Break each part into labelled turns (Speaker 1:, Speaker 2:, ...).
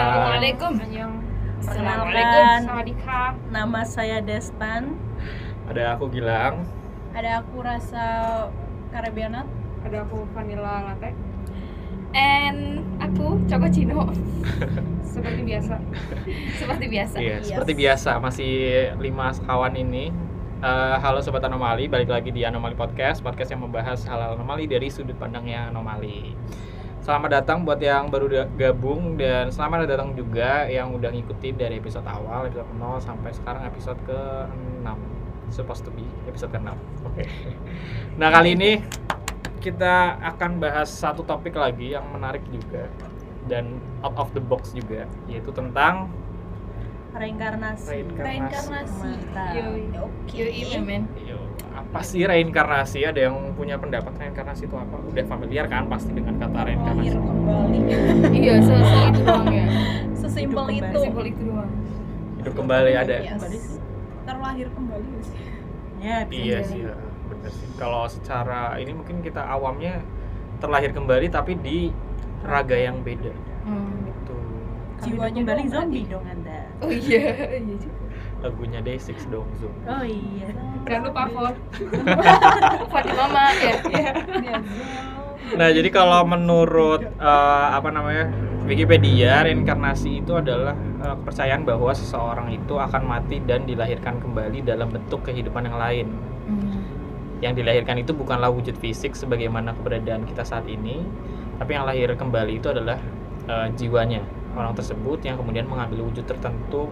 Speaker 1: Assalamualaikum.
Speaker 2: Perkenalkan.
Speaker 1: Sawadikap.
Speaker 2: Nama saya Destan.
Speaker 3: Ada aku Gilang.
Speaker 4: Ada aku rasa Karabianat.
Speaker 1: Ada aku vanilla latte.
Speaker 5: And aku Coko Cino
Speaker 1: Seperti biasa.
Speaker 5: seperti biasa.
Speaker 3: Iya, seperti biasa masih lima kawan ini. Eh, halo sobat anomali, balik lagi di Anomali Podcast, podcast yang membahas hal anomali dari sudut pandangnya anomali. Selamat datang buat yang baru da- gabung dan selamat datang juga yang udah ngikutin dari episode awal, episode 0 sampai sekarang episode ke-6. Supposed to be episode ke-6. Oke. Nah, kali ini kita akan bahas satu topik lagi yang menarik juga dan out of the box juga, yaitu tentang
Speaker 2: Reinkarnasi.
Speaker 4: Reinkarnasi. iya.
Speaker 2: Mantap.
Speaker 1: Yoi.
Speaker 4: Oke.
Speaker 5: Yoi, men.
Speaker 3: Yo, Iya, apa sih reinkarnasi? Ada yang punya pendapat reinkarnasi itu apa? Udah familiar kan pasti dengan kata
Speaker 4: Lahir
Speaker 3: reinkarnasi.
Speaker 4: kembali.
Speaker 5: iya, selesai itu doang ya.
Speaker 4: Sesimpel
Speaker 2: Hidup
Speaker 4: itu.
Speaker 2: kembali.
Speaker 5: Simpel itu doang.
Speaker 3: Hidup kembali Iya,
Speaker 2: Iya,
Speaker 3: ada.
Speaker 4: Yes.
Speaker 2: Kembali sih.
Speaker 4: Terlahir kembali.
Speaker 1: Iya.
Speaker 4: gak sih?
Speaker 2: Ya, bisa
Speaker 3: Iya
Speaker 2: jadi.
Speaker 3: sih, ya, bener sih. Kalau secara ini mungkin kita awamnya terlahir kembali tapi di raga yang beda.
Speaker 5: Hmm.
Speaker 3: Itu
Speaker 2: Kalau hidup
Speaker 4: Jiwanya
Speaker 2: kembali
Speaker 4: doang
Speaker 2: zombie dong Anda.
Speaker 5: Oh iya, iya juga.
Speaker 3: lagunya Day6 dong Zoom.
Speaker 2: Oh iya.
Speaker 1: Jangan lupa Iya. vote.
Speaker 5: Fati Mama ya.
Speaker 4: Dia
Speaker 3: Nah, jadi kalau menurut eh, apa namanya Wikipedia, reinkarnasi itu adalah eh, kepercayaan bahwa seseorang itu akan mati dan dilahirkan kembali dalam bentuk kehidupan yang lain. Yang dilahirkan itu bukanlah wujud fisik sebagaimana keberadaan kita saat ini, tapi yang lahir kembali itu adalah eh, jiwanya orang tersebut yang kemudian mengambil wujud tertentu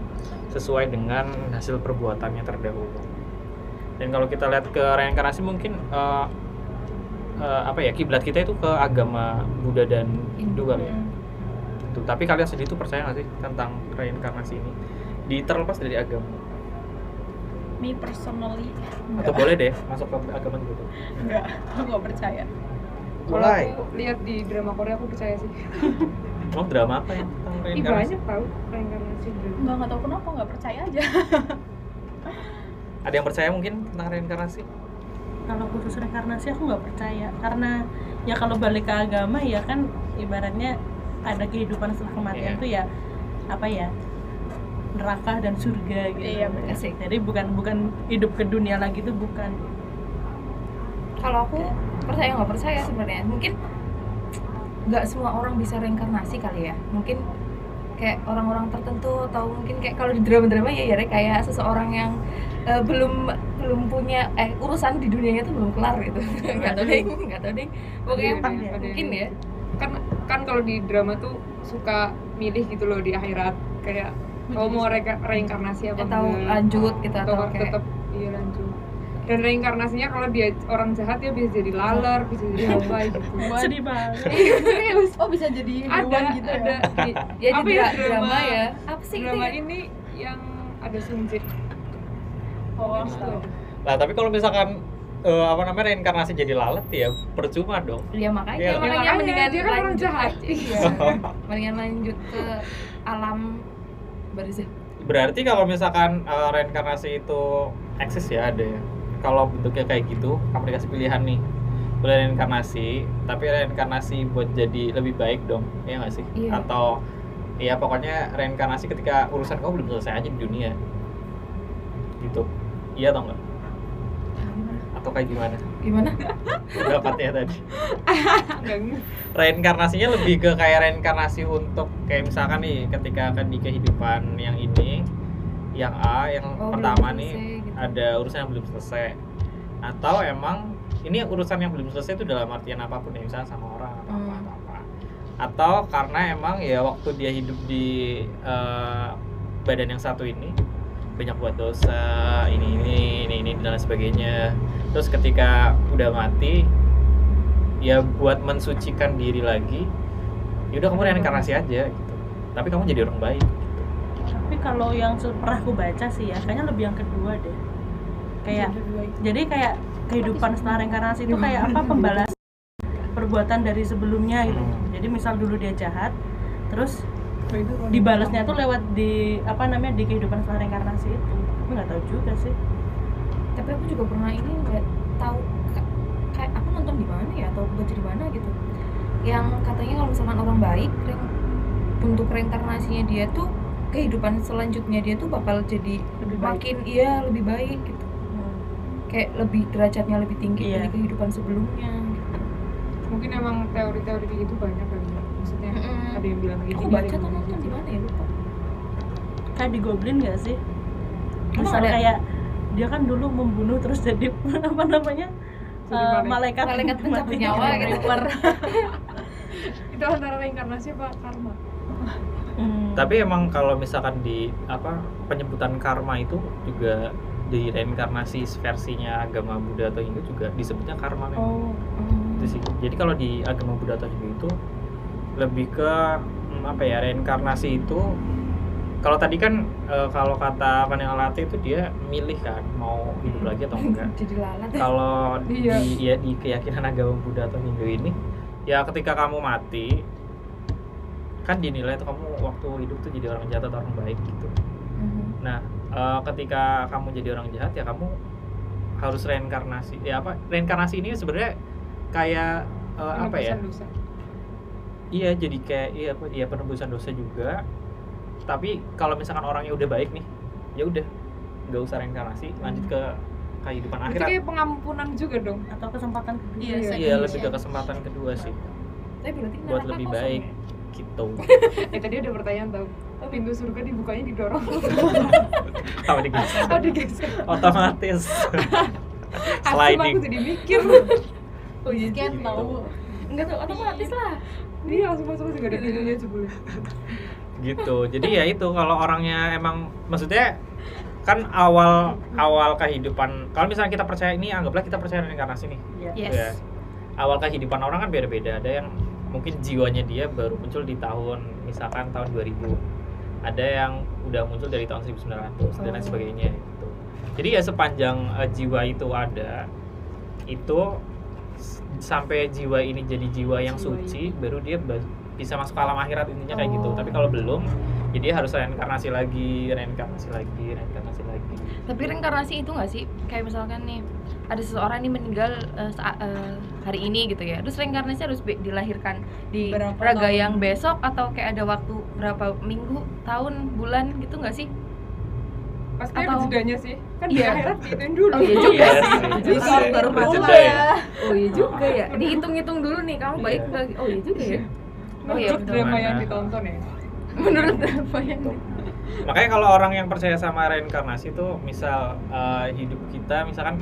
Speaker 3: sesuai dengan hasil perbuatannya terdahulu. Dan kalau kita lihat ke reinkarnasi mungkin eh, eh, apa ya kiblat kita itu ke agama Buddha dan Hindu kali
Speaker 4: Hmm.
Speaker 3: ya. Gitu. Tapi kalian sendiri tuh percaya nggak sih tentang reinkarnasi ini? Di terlepas dari agama
Speaker 4: Me personally
Speaker 3: atau boleh deh masuk ke agama gitu.
Speaker 4: enggak, aku enggak percaya.
Speaker 1: Kalau aku lihat di drama Korea aku percaya sih.
Speaker 3: Emang drama apa yang tentang
Speaker 1: Ih
Speaker 3: reinkarnasi?
Speaker 1: banyak tau reinkarnasi drama.
Speaker 4: Enggak enggak tahu kenapa enggak percaya aja.
Speaker 3: Ada yang percaya mungkin tentang reinkarnasi?
Speaker 2: Kalau khusus reinkarnasi aku nggak percaya karena ya kalau balik ke agama ya kan ibaratnya ada kehidupan setelah kematian
Speaker 3: Iya.
Speaker 2: tuh ya apa ya neraka dan surga gitu.
Speaker 4: Iya, bener.
Speaker 5: Asik.
Speaker 2: Jadi bukan bukan hidup ke dunia lagi tuh bukan.
Speaker 5: Kalau aku percaya nggak percaya sebenarnya. Mungkin nggak semua orang bisa reinkarnasi kali ya. Mungkin kayak orang-orang tertentu atau mungkin kayak kalau di drama-drama ya ya Rek, kayak seseorang yang eh, belum belum punya eh urusan di dunianya tuh belum kelar gitu. Enggak tahu deh, enggak tahu deh. Pokoknya
Speaker 1: Ada-
Speaker 2: yang
Speaker 1: ada-
Speaker 5: mungkin ya.
Speaker 1: Kan kan kalau di drama tuh suka milih gitu loh di akhirat kayak kamu mau reka- reinkarnasi apa
Speaker 5: atau
Speaker 1: enggak.
Speaker 5: lanjut gitu atau
Speaker 1: Tetap-
Speaker 5: kayak
Speaker 1: tetap iya lanjut. Dan reinkarnasinya kalau dia orang jahat ya bisa jadi laler, bisa jadi apa gitu.
Speaker 2: Sedih banget.
Speaker 1: Serius.
Speaker 4: Oh bisa jadi
Speaker 1: Ada
Speaker 4: hewan gitu
Speaker 1: ada
Speaker 4: ya.
Speaker 1: di
Speaker 5: Iya, ya
Speaker 1: Apa
Speaker 5: di
Speaker 1: ya,
Speaker 5: dra- drama,
Speaker 1: drama-
Speaker 5: ya apa sih gitu
Speaker 1: drama
Speaker 5: ya?
Speaker 1: ini yang ada sunjit.
Speaker 4: Oh,
Speaker 1: Gitu.
Speaker 3: Lah tapi kalau misalkan eh, apa namanya reinkarnasi jadi lalat ya percuma dong.
Speaker 5: ya makanya
Speaker 3: Iya.
Speaker 5: makanya
Speaker 1: Ya, makanya,
Speaker 5: mendingan
Speaker 1: dia kan orang
Speaker 5: lanjut
Speaker 1: jahat.
Speaker 5: aja. iya mendingan lanjut ke alam barzah
Speaker 3: Berarti kalau misalkan eh, reinkarnasi itu eksis ya ada ya. Kalau bentuknya kayak gitu, kamu dikasih pilihan nih. Boleh reinkarnasi, tapi reinkarnasi buat jadi lebih baik dong, ya nggak sih?
Speaker 5: Iya.
Speaker 3: Atau ya pokoknya reinkarnasi ketika urusan kamu belum selesai aja di dunia. Gitu. Iya atau enggak? Atau kayak gimana?
Speaker 5: gimana
Speaker 3: Pendapatnya tadi.
Speaker 1: Enggak
Speaker 3: reinkarnasinya lebih ke kayak reinkarnasi untuk kayak misalkan nih ketika akan di kehidupan yang ini yang A yang
Speaker 5: Oh, belum
Speaker 3: pertama
Speaker 5: selesai,
Speaker 3: nih
Speaker 5: gitu.
Speaker 3: ada urusan yang belum selesai atau emang ini urusan yang belum selesai itu dalam artian apapun ya misalnya sama orang atau apa
Speaker 5: Hmm.
Speaker 3: atau apa atau karena emang ya waktu dia hidup di eh, badan yang satu ini banyak buat dosa ini ini ini ini dan lain sebagainya terus ketika udah mati ya buat mensucikan diri lagi yaudah kamu reinkarnasi aja gitu tapi kamu jadi orang baik
Speaker 2: tapi kalau yang se- pernah aku baca sih ya kayaknya lebih yang kedua deh kayak jadi kayak kehidupan setelah reinkarnasi itu kayak apa pembalas perbuatan dari sebelumnya gitu
Speaker 4: Hmm.
Speaker 2: jadi misal dulu dia jahat terus dibalasnya tuh lewat di apa namanya di kehidupan setelah reinkarnasi itu aku nggak tahu juga sih
Speaker 5: tapi aku juga pernah ini nggak tahu ka- kayak aku nonton di mana ya atau baca di mana gitu yang katanya kalau misalkan orang baik rein- bentuk reinkarnasinya dia tuh kehidupan selanjutnya dia tuh bakal jadi
Speaker 2: lebih baik
Speaker 5: makin iya lebih baik gitu
Speaker 2: Hmm.
Speaker 5: kayak lebih derajatnya lebih
Speaker 2: Iya.
Speaker 5: tinggi dari kehidupan sebelumnya gitu.
Speaker 1: mungkin emang teori-teori kayak gitu banyak kan ya maksudnya
Speaker 5: Mm-mm.
Speaker 1: ada yang bilang gitu
Speaker 5: aku baca tuh nonton di mana ya lupa
Speaker 2: kayak di Goblin gak sih
Speaker 5: Emang
Speaker 2: misal
Speaker 5: ada?
Speaker 2: kayak dia kan dulu membunuh terus jadi apa namanya
Speaker 1: Jadi
Speaker 2: eh,
Speaker 1: malaikat.
Speaker 2: malaikat
Speaker 5: Malaikat
Speaker 2: yang
Speaker 5: pencabut
Speaker 2: mati.
Speaker 5: nyawa gitu.
Speaker 1: itu antara reinkarnasi apa karma
Speaker 2: Hmm.
Speaker 3: Tapi emang kalau misalkan di apa penyebutan karma itu juga di reinkarnasi versinya agama Buddha atau Hindu juga disebutnya karma memang.
Speaker 1: oh
Speaker 3: Itu sih. Jadi kalau di agama Buddha atau Hindu itu lebih ke hmm, apa ya reinkarnasi itu kalau tadi kan eh, kalau kata Panelate itu dia milih kan mau hidup lagi atau enggak.
Speaker 5: jadi lalat
Speaker 3: kalau
Speaker 1: Iya.
Speaker 3: di ya di keyakinan agama Buddha atau Hindu ini ya ketika kamu mati kan dinilai tuh kamu waktu hidup tuh jadi orang jahat atau orang baik gitu
Speaker 5: Mm-hmm.
Speaker 3: nah eh, ketika kamu jadi orang jahat ya kamu harus reinkarnasi ya apa reinkarnasi ini sebenarnya kayak eh, apa ya
Speaker 1: Penebusan dosa.
Speaker 3: iya jadi kayak iya apa iya penebusan dosa juga tapi kalau misalkan orangnya udah baik nih ya udah nggak usah reinkarnasi lanjut ke kehidupan
Speaker 1: Hmm. Berarti
Speaker 3: akhirat
Speaker 1: kayak pengampunan juga dong
Speaker 2: atau kesempatan kedua
Speaker 4: Iya,
Speaker 1: Iya,
Speaker 3: Iya
Speaker 4: second
Speaker 3: lebih ke
Speaker 4: chance.
Speaker 3: kesempatan kedua sih
Speaker 5: tapi berarti
Speaker 3: buat
Speaker 5: neraka
Speaker 3: lebih
Speaker 5: kosong
Speaker 3: baik
Speaker 5: ya?
Speaker 3: gitu.
Speaker 1: ya tadi ada pertanyaan tau oh, pintu surga dibukanya didorong
Speaker 3: Apa digeser?
Speaker 1: oh digeser
Speaker 3: Otomatis.
Speaker 1: Asem aku
Speaker 3: Sliding.
Speaker 1: jadi mikir
Speaker 4: Oh,
Speaker 2: iya
Speaker 4: jadi kan
Speaker 3: gitu.
Speaker 4: tahu.
Speaker 5: enggak tuh otomatis lah
Speaker 1: dia langsung masuk masuk gak ada pintunya jebule
Speaker 3: Gitu. Jadi ya itu kalau orangnya emang maksudnya kan awal awal kehidupan kalau misalnya kita percaya ini anggaplah kita percaya reinkarnasi nih
Speaker 2: Iya.
Speaker 5: yes
Speaker 3: ya. awal kehidupan orang kan beda-beda ada yang mungkin jiwanya dia baru muncul di tahun misalkan tahun 2000 ada yang udah muncul dari tahun 1900 dan lain
Speaker 5: Oh.
Speaker 3: sebagainya gitu jadi ya sepanjang eh, jiwa itu ada itu s- sampai jiwa ini jadi jiwa yang
Speaker 1: Jiwa
Speaker 3: suci baru dia ba- bisa masuk ke alam akhirat intinya kayak gitu
Speaker 5: Oh.
Speaker 3: tapi kalau belum jadi harus reinkarnasi lagi reinkarnasi lagi reinkarnasi lagi
Speaker 5: tapi reinkarnasi itu nggak sih kayak misalkan nih ada seseorang nih meninggal eh, saa- eh, hari ini gitu ya terus reinkarnasi harus be- dilahirkan di
Speaker 4: Berapa
Speaker 5: raga
Speaker 4: tahun?
Speaker 5: yang besok atau kayak ada waktu berapa minggu tahun bulan gitu nggak sih
Speaker 1: pasti ada
Speaker 5: Atau-
Speaker 1: jedanya sih kan di
Speaker 5: Iya.
Speaker 1: akhirat diituin dulu
Speaker 5: Oh, iya
Speaker 3: Iya
Speaker 5: juga sih.
Speaker 3: sih.
Speaker 5: Jadi
Speaker 3: Iya
Speaker 5: kalau
Speaker 3: sih.
Speaker 5: baru
Speaker 3: Budget
Speaker 5: berapa
Speaker 3: deh.
Speaker 5: ya? Oh iya juga ya. Dihitung-hitung dulu nih kamu baik
Speaker 3: Iya.
Speaker 5: nggak? Oh iya juga ya. Oh iya,
Speaker 1: menurut
Speaker 5: betul.
Speaker 1: Nah, drama yang
Speaker 3: Mana?
Speaker 1: ditonton ya
Speaker 5: Menurut apa ya? yang
Speaker 3: Gitu. Makanya kalau orang yang percaya sama reinkarnasi itu misal eh, hidup kita misalkan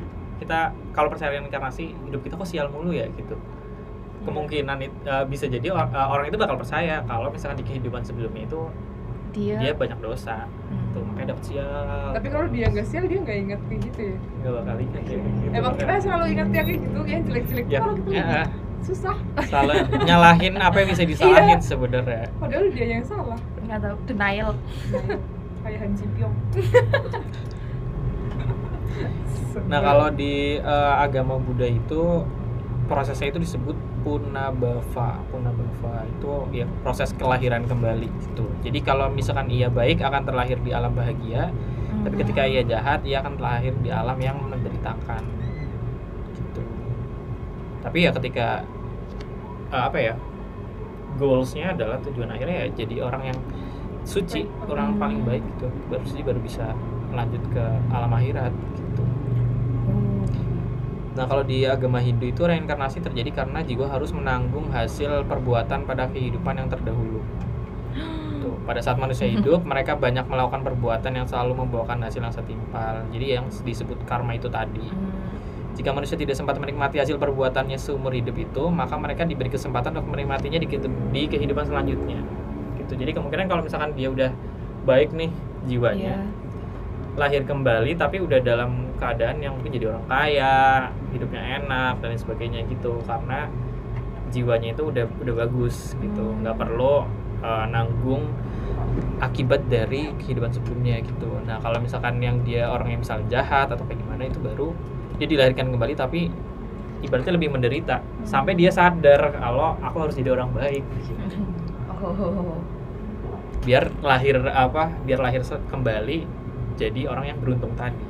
Speaker 3: kita kalau percaya reinkarnasi hidup kita kok sial mulu ya gitu. Kemungkinan it- eh, bisa jadi or- eh, orang itu bakal percaya kalau misalkan di kehidupan sebelumnya itu
Speaker 5: dia?
Speaker 3: dia banyak dosa tuh
Speaker 5: Hmm.
Speaker 3: makanya dapet sial.
Speaker 1: Iya. tapi kalau dia nggak sial dia nggak inget kayak gitu ya
Speaker 3: nggak bakal ingat ya, gitu.
Speaker 1: emang kita selalu inget yang kayak gitu yang jelek-jelek tuh
Speaker 3: ya,
Speaker 1: kalau kita
Speaker 3: ya,
Speaker 1: lihat, susah
Speaker 3: salah nyalahin apa yang bisa disalahin
Speaker 1: Iya.
Speaker 3: sebenarnya.
Speaker 1: padahal dia yang salah
Speaker 5: Nggak tahu. Denial.
Speaker 1: kayak Han Ji Pyong
Speaker 3: Nah kalau di eh, agama Buddha itu prosesnya itu disebut punabava. Punabava itu ya proses kelahiran kembali gitu. Jadi kalau misalkan ia baik akan terlahir di alam bahagia,
Speaker 2: Hmm.
Speaker 3: tapi kan- ketika ia jahat ia akan terlahir di alam yang menderitakan. Gitu. Tapi ya ketika eh, apa ya goalsnya adalah tujuan akhirnya ya jadi orang yang suci, orang paling baik gitu. Baru sih baru bisa lanjut ke alam akhirat gitu. Nah, kalau di agama Hindu itu reinkarnasi terjadi karena jiwa harus menanggung hasil perbuatan pada kehidupan yang terdahulu. Tuh, pada saat manusia hidup, mereka banyak melakukan perbuatan yang selalu membawakan hasil yang setimpal. Jadi yang disebut karma itu tadi. Jika manusia tidak sempat menikmati hasil perbuatannya seumur hidup itu, maka mereka diberi kesempatan untuk menikmatinya di, kehidup- di kehidupan selanjutnya. Gitu. Jadi kemungkinan kalau misalkan dia udah baik nih jiwanya,
Speaker 5: Iya.
Speaker 3: lahir kembali tapi udah dalam keadaan yang mungkin jadi orang kaya, hidupnya enak dan lain sebagainya gitu karena jiwanya itu udah udah bagus gitu,
Speaker 5: Hmm.
Speaker 3: nggak perlu uh, nanggung akibat dari kehidupan sebelumnya gitu. Nah kalau misalkan yang dia orang yang misalnya jahat atau kayak gimana itu baru dia dilahirkan kembali tapi ibaratnya lebih menderita sampai dia sadar kalau aku harus jadi orang baik gitu
Speaker 5: Oh.
Speaker 3: biar lahir apa biar lahir se- kembali jadi orang yang beruntung tadi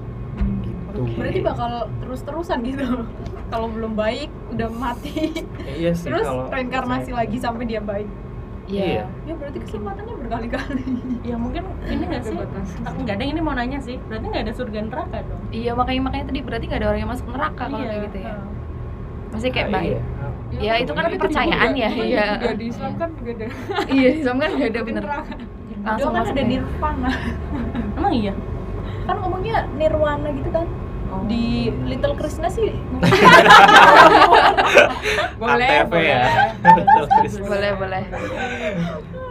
Speaker 3: gitu
Speaker 4: Berarti bakal terus-terusan gitu. Kalau belum baik udah mati.
Speaker 3: iya sih
Speaker 4: Terus
Speaker 3: kalau
Speaker 4: reinkarnasi
Speaker 3: saya-
Speaker 4: lagi sampai dia baik.
Speaker 3: Iya.
Speaker 4: ya berarti kesempatannya berkali-kali
Speaker 2: ya mungkin ini
Speaker 5: Iya
Speaker 2: nggak sih nggak ada yang ini mau nanya sih berarti nggak ada surga neraka dong Iya.
Speaker 5: Iya makanya makanya tadi berarti nggak ada orang yang masuk neraka kalau kayak gitu ya.
Speaker 2: heeh.
Speaker 5: Masih kayak
Speaker 3: Nah,
Speaker 5: baik.
Speaker 3: iya.
Speaker 5: Ya, itu kan
Speaker 1: juga-
Speaker 5: kepercayaan ya,
Speaker 1: itu kan
Speaker 5: iya.
Speaker 1: juga di Islam kan juga ada
Speaker 5: Iya, Islam kan nggak ada bener.
Speaker 1: neraka.
Speaker 5: Langsung
Speaker 4: kan
Speaker 5: masuk
Speaker 4: ada
Speaker 5: ya.
Speaker 4: nirvana
Speaker 2: emang iya
Speaker 4: kan ngomongnya nirwana gitu kan
Speaker 5: Oh.
Speaker 4: di Little Krishna sih
Speaker 1: Boleh,
Speaker 3: ATV
Speaker 1: boleh.
Speaker 3: ya.
Speaker 5: Boleh, boleh.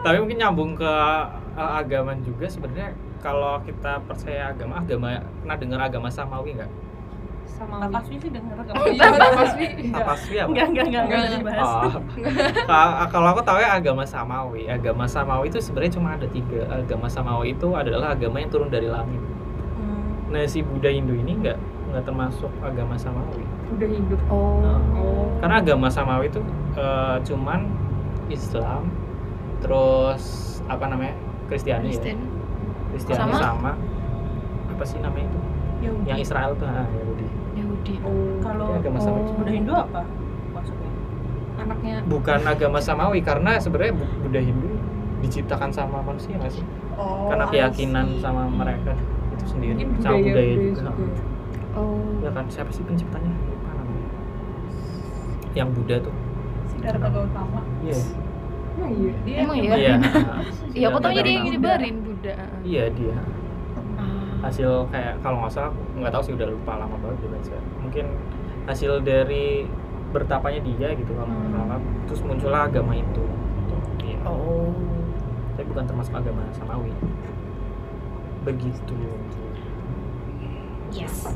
Speaker 3: Tapi mungkin nyambung ke eh, agama juga sebenarnya kalau kita percaya agama, agama pernah dengar agama samawi nggak?
Speaker 1: Sama
Speaker 2: tapaswi sih denger kan
Speaker 1: Oh iya, Tapaswi.
Speaker 3: Tapaswi apa?
Speaker 2: enggak enggak enggak enggak
Speaker 1: Nggak.
Speaker 2: dibahas
Speaker 3: Oh. Ka- kalau aku tahu ya agama samawi. Agama samawi itu sebenarnya cuma ada tiga. Agama samawi itu adalah agama yang turun dari langit.
Speaker 2: Hmm.
Speaker 3: Nah si Buddha Hindu ini nggak nggak termasuk agama samawi.
Speaker 1: Udah hidup.
Speaker 5: Oh.
Speaker 1: Oh.
Speaker 3: Karena agama samawi itu eh, cuman Islam, terus apa namanya Kristiani ya.
Speaker 5: Kristen.
Speaker 3: Kristiani
Speaker 5: Sama.
Speaker 3: sama. apa sih namanya itu?
Speaker 4: Ya
Speaker 2: Yahudi.
Speaker 3: Yang Israel tuh ah, Yahudi.
Speaker 5: Yahudi.
Speaker 1: Oh,
Speaker 2: kalau
Speaker 3: Dia agama samawi.
Speaker 2: Buddha Hindu apa maksudnya
Speaker 5: Anaknya
Speaker 3: Bukan agama samawi karena sebenarnya Bu- Buddha Hindu diciptakan sama manusia nggak sih?
Speaker 4: oh,
Speaker 3: karena
Speaker 4: I
Speaker 3: keyakinan
Speaker 4: see.
Speaker 3: sama mereka itu sendiri
Speaker 1: Mungkin
Speaker 3: Iya, sama
Speaker 1: budaya,
Speaker 3: budaya
Speaker 1: budaya
Speaker 3: juga.
Speaker 1: juga.
Speaker 5: oh.
Speaker 3: Ya kan siapa sih penciptanya? Lupa namanya. Yang Buddha tuh.
Speaker 4: Siddhartha Gautama
Speaker 3: Iya.
Speaker 1: Emang iya.
Speaker 4: dia
Speaker 5: Emang iya.
Speaker 3: Iya.
Speaker 5: Iya, aku taunya dia yang
Speaker 3: Buddha.
Speaker 5: nyebarin Buddha.
Speaker 3: Iya dia.
Speaker 5: Ah.
Speaker 3: hasil kayak kalau nggak salah nggak tahu sih udah lupa lama banget udah baca mungkin hasil dari bertapanya dia gitu kalau nggak salah terus muncullah agama itu gitu. Iya.
Speaker 5: Oh.
Speaker 3: tapi bukan termasuk agama samawi begitu
Speaker 5: Yes.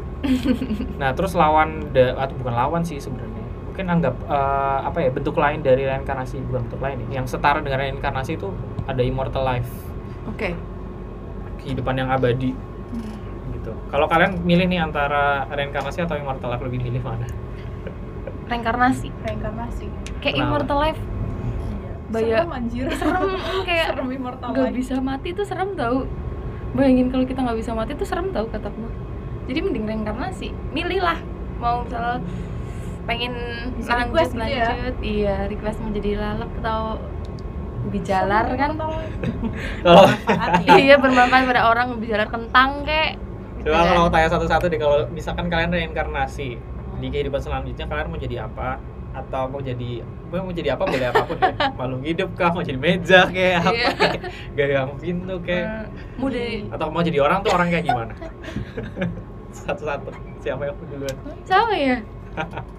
Speaker 3: nah terus lawan da- atau bukan lawan sih sebenarnya mungkin anggap eh, apa ya bentuk lain dari reinkarnasi bukan bentuk lain ya. yang setara dengan reinkarnasi itu ada immortal life
Speaker 5: Oke.
Speaker 3: kehidupan yang abadi gitu kalau kalian milih nih antara reinkarnasi atau immortal life lebih milih mana
Speaker 5: Reinkarnasi.
Speaker 4: reinkarnasi
Speaker 5: Kayak
Speaker 3: Kenapa?
Speaker 5: immortal life. Baya
Speaker 4: Iya. serem anjir
Speaker 5: serem mm, kayak
Speaker 4: serem immortal
Speaker 5: nggak
Speaker 4: life.
Speaker 5: bisa mati tuh serem tau bayangin kalau kita nggak bisa mati tuh serem tau kataku jadi mending reinkarnasi milihlah mau misalnya pengen
Speaker 4: Bisa
Speaker 5: lanjut
Speaker 4: request gitu ya?
Speaker 5: lanjut iya request menjadi lalap atau bijalar
Speaker 4: Serem
Speaker 5: kan
Speaker 4: immortal life.
Speaker 3: kalau
Speaker 2: Taat ya?
Speaker 5: iya bermanfaat pada orang bijalar kentang kek Gitu
Speaker 3: Coba
Speaker 5: kan.
Speaker 3: kalau tanya satu-satu deh, kalau misalkan kalian reinkarnasi di kehidupan selanjutnya kalian mau jadi apa? Atau mau jadi mau mau jadi apa boleh apapun deh. Malu hidup kah, mau jadi meja kayak apa,
Speaker 5: Iya.
Speaker 3: kayak gagang pintu kayak
Speaker 5: Eh, mau deh
Speaker 3: atau mau jadi orang tuh orang kayak gimana? satu-satu siapa yang duluan?
Speaker 5: sama ya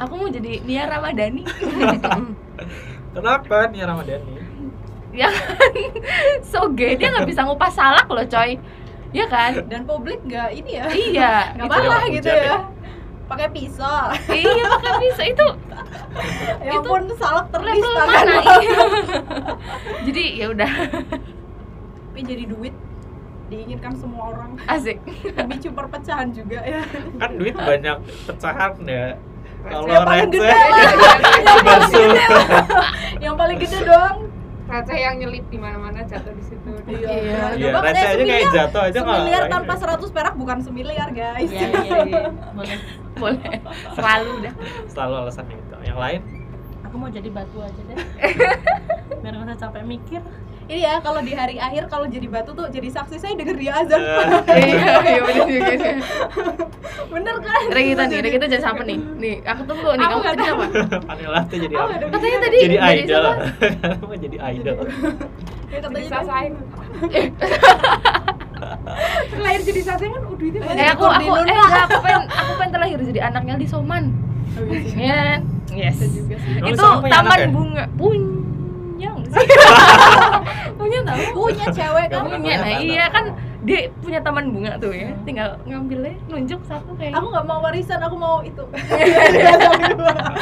Speaker 5: aku mau jadi Nia Ramadhani
Speaker 3: Kenapa nih Ramadhani?
Speaker 5: so gay dia nggak bisa ngupas salak loh coy Iya kan
Speaker 4: dan publik nggak ini ya
Speaker 5: iya
Speaker 3: Itu dia
Speaker 4: nggak marah
Speaker 3: orang
Speaker 4: gitu
Speaker 3: hujat ya.
Speaker 4: ya pakai pisau
Speaker 5: iya pakai bisa itu
Speaker 4: ya ampun salak
Speaker 5: level
Speaker 4: terlista kan
Speaker 5: mana Iya. jadi ya udah
Speaker 4: tapi jadi duit diinginkan semua orang
Speaker 5: asik
Speaker 4: pemicu perpecahan juga ya
Speaker 3: Kan duit banyak pecahan ya. Kalau
Speaker 4: yang paling gede
Speaker 3: receh
Speaker 4: lah
Speaker 3: basuh.
Speaker 4: yang paling gede doang
Speaker 1: Receh yang nyelip di mana-mana jatuh di situ.
Speaker 5: Iya.
Speaker 3: Iya, receh aja kayak jatuh aja nggak Iya. ya.
Speaker 4: Semiliar
Speaker 3: apa-apa.
Speaker 4: tanpa 100 perak bukan semiliar guys
Speaker 2: Iya, iya, iya. Boleh.
Speaker 5: boleh selalu dah
Speaker 3: Selalu alasannya itu. Yang lain
Speaker 2: Aku mau jadi batu aja deh. Biar gak usah capek mikir.
Speaker 4: Ini ya kalau di hari akhir kalau jadi batu tuh jadi saksi saya denger dia
Speaker 3: eh,
Speaker 4: azan
Speaker 5: iya iya bener juga sih
Speaker 3: Iya.
Speaker 4: bener kan?
Speaker 5: Regita nih Regita jangan sampai nih nih aku tunggu nih
Speaker 4: Aku
Speaker 5: kamu
Speaker 4: nggak
Speaker 5: tadi apa
Speaker 3: Vanilla tuh jadi
Speaker 4: Aku
Speaker 3: apa?
Speaker 4: nggak ada
Speaker 5: Oh, katanya tadi
Speaker 3: Jadi
Speaker 5: dari
Speaker 3: idol.
Speaker 5: siapa?
Speaker 3: Kamu mau jadi idol.
Speaker 4: Ya,
Speaker 1: Jadi
Speaker 4: katanya dia-
Speaker 1: sasain. Lahir jadi sasain kan udah duitnya
Speaker 5: eh
Speaker 1: banyak.
Speaker 5: aku aku eh nggak, aku pengen aku pengen terlahir jadi anaknya di Soman
Speaker 4: Oh,
Speaker 5: Iya kan? yes
Speaker 3: Emang
Speaker 5: itu
Speaker 3: Soman punya anak
Speaker 5: taman
Speaker 3: ya?
Speaker 5: bunga punya nggak sih? punya tahu
Speaker 4: punya cewek
Speaker 3: Nggak
Speaker 4: kan?
Speaker 3: pernah
Speaker 5: punya nah
Speaker 3: kelihatan.
Speaker 5: iya kan dia punya taman bunga tuh ya tinggal ngambilnya nunjuk satu kayak
Speaker 4: Aku nggak mau warisan, aku mau itu.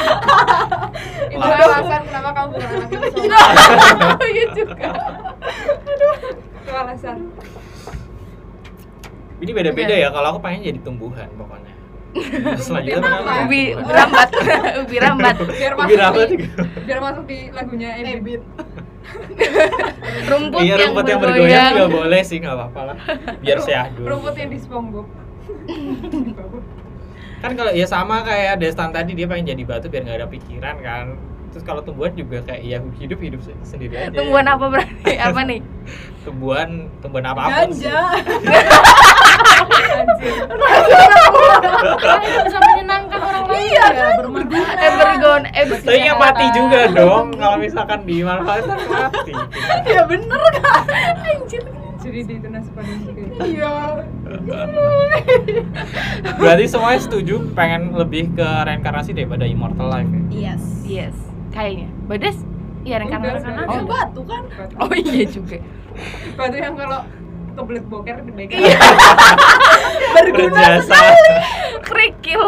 Speaker 1: Itu
Speaker 3: Langsung.
Speaker 1: alasan kenapa kamu bukan anaknya di Soman.
Speaker 5: gitu. iya juga
Speaker 1: Itu alasan.
Speaker 3: Ini beda-beda ya.
Speaker 5: Iya.
Speaker 3: Kalau aku pengen jadi tumbuhan pokoknya. Selanjutnya
Speaker 1: Kenapa?
Speaker 3: pengen
Speaker 5: ubi
Speaker 3: tumbuhan.
Speaker 5: ubi rambat ubi rambat
Speaker 1: Biar
Speaker 3: Ubi rambat
Speaker 1: masuk di,
Speaker 3: juga.
Speaker 1: biar masuk di lagunya Ebit.
Speaker 4: Ebit.
Speaker 5: rumput,
Speaker 3: Iya
Speaker 5: yang,
Speaker 3: rumput yang bergoyang
Speaker 5: bergoyang,
Speaker 3: nggak boleh sih nggak apa-apa lah. Biar sehat dulu. gitu.
Speaker 1: Rumput yang di SpongeBob.
Speaker 3: Kan kalau ya sama kayak Destan tadi dia pengen jadi batu biar nggak ada pikiran kan. terus kalau tumbuhan juga kayak ya hidup hidup se- sendiri aja
Speaker 5: Tumbuhan apa berarti? apa nih?
Speaker 3: tumbuhan tumbuhan apa apa
Speaker 4: Ganja.
Speaker 2: itu bisa menyenangkan orang lain iya kan bermanfaat
Speaker 5: Eh, Evergon Ebs.
Speaker 3: tapi nggak mati juga dong kalau misalkan dimanfaatkan mati gitu.
Speaker 4: Ya bener kan? Anjir.
Speaker 1: jadi di itu nasib pandemi gitu.
Speaker 4: Iya.
Speaker 3: berarti semuanya setuju pengen lebih ke reinkarnasi daripada immortal life ya?
Speaker 4: Yes.
Speaker 5: Yes, kayaknya. Bades iya
Speaker 1: Udah,
Speaker 5: reinkarnasi.
Speaker 1: sekarang.
Speaker 4: Oh, batu kan?
Speaker 5: Oh iya juga.
Speaker 1: Batu yang kalau kebelet boker dibaikan
Speaker 3: berjasa
Speaker 5: Kerikil.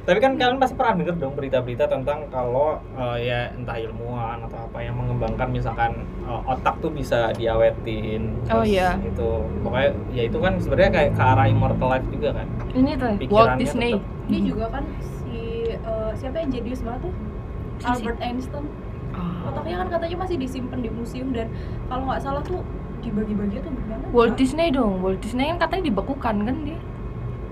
Speaker 3: tapi kan kalian pasti pernah denger dong berita-berita tentang kalau eh, ya entah ilmuwan atau apa yang mengembangkan misalkan eh, otak tuh bisa diawetin
Speaker 5: Oh,
Speaker 3: terus
Speaker 5: iya.
Speaker 3: itu pokoknya ya itu kan sebenarnya kayak ke arah immortal life juga kan
Speaker 5: Ini tuh
Speaker 3: Pikirannya
Speaker 5: Walt Disney.
Speaker 3: tetap-
Speaker 4: Dia juga kan si eh, siapa yang jenius banget tuh? Albert Einstein. Otaknya kan katanya masih disimpan di museum dan kalau nggak salah tuh dibagi-bagi tuh Nah, gimana?
Speaker 5: Walt Disney dong. Walt Disney kan katanya dibekukan kan dia.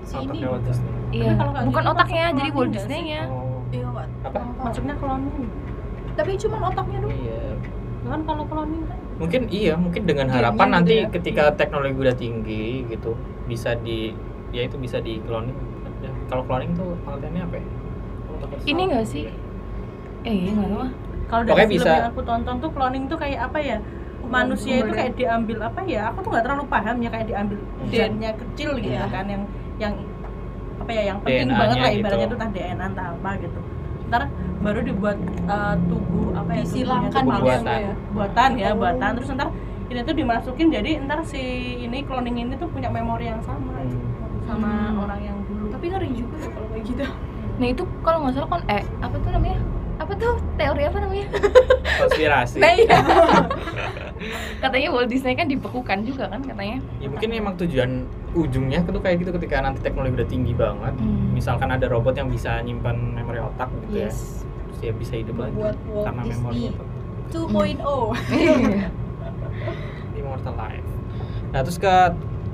Speaker 4: si ini.
Speaker 3: otaknya Walt Disney.
Speaker 5: Iya.
Speaker 2: kalau nggak
Speaker 5: Bukan
Speaker 2: gitu
Speaker 5: otaknya
Speaker 2: masuk
Speaker 5: jadi
Speaker 2: keluar
Speaker 5: Walt
Speaker 2: nggak sih?
Speaker 5: Disney-nya.
Speaker 3: Oh,
Speaker 4: Iya nggak
Speaker 3: Apa?
Speaker 4: nggak tahu.
Speaker 2: maksudnya cloning
Speaker 4: Tapi cuman otaknya doang.
Speaker 3: iya
Speaker 2: kan kalau cloning kan
Speaker 3: mungkin iya mungkin dengan
Speaker 4: Gennya
Speaker 3: harapan
Speaker 4: gitu
Speaker 3: nanti
Speaker 4: ya.
Speaker 3: ketika teknologi udah tinggi gitu bisa di ya itu bisa di cloning Ya, kalau cloning tuh pengertiannya apa ya
Speaker 5: Ini enggak sih?
Speaker 3: Iya.
Speaker 5: Eh, iya enggak tahu. ah.
Speaker 2: kalau dari
Speaker 3: Pokoknya
Speaker 2: film
Speaker 3: bisa.
Speaker 2: yang aku tonton tuh cloning tuh kayak apa ya manusia itu kayak diambil apa ya aku tuh nggak terlalu paham ya kayak diambil gennya kecil gitu
Speaker 4: Iya.
Speaker 2: kan yang yang apa ya yang penting
Speaker 3: DNA-nya
Speaker 2: banget lah
Speaker 3: gitu.
Speaker 2: ibaratnya itu entah DNA entah apa gitu ntar baru dibuat eh, tubuh apa ya
Speaker 4: Disilangkan
Speaker 2: tubuhnya tuh
Speaker 4: gitu
Speaker 3: buatan.
Speaker 4: ya.
Speaker 2: palsu.
Speaker 4: Mbak ya.
Speaker 2: buatan ya
Speaker 4: Oh.
Speaker 2: buatan terus ntar ini tuh dimasukin jadi ntar si ini cloning ini tuh punya memori yang sama
Speaker 3: Hmm.
Speaker 2: sama
Speaker 4: Hmm.
Speaker 2: orang yang dulu
Speaker 4: Tapi ngeri juga ya kalau kayak gitu.
Speaker 5: Nah, itu kalau nggak salah kon eh apa tuh namanya? Apa tuh teori apa namanya?
Speaker 3: konspirasi
Speaker 5: Nah, iya. katanya Walt Disney kan dibekukan juga kan katanya.
Speaker 3: ya mungkin emang tujuan ujungnya tuh kayak gitu ketika nanti teknologi udah tinggi banget
Speaker 5: Hmm.
Speaker 3: misalkan ada robot yang bisa nyimpan memori otak gitu ya terus dia bisa hidup lagi
Speaker 4: Buat Walt
Speaker 3: karena memori
Speaker 4: Disney
Speaker 3: otak
Speaker 4: 2.0.
Speaker 5: Hmm.
Speaker 3: immortal life nah terus ke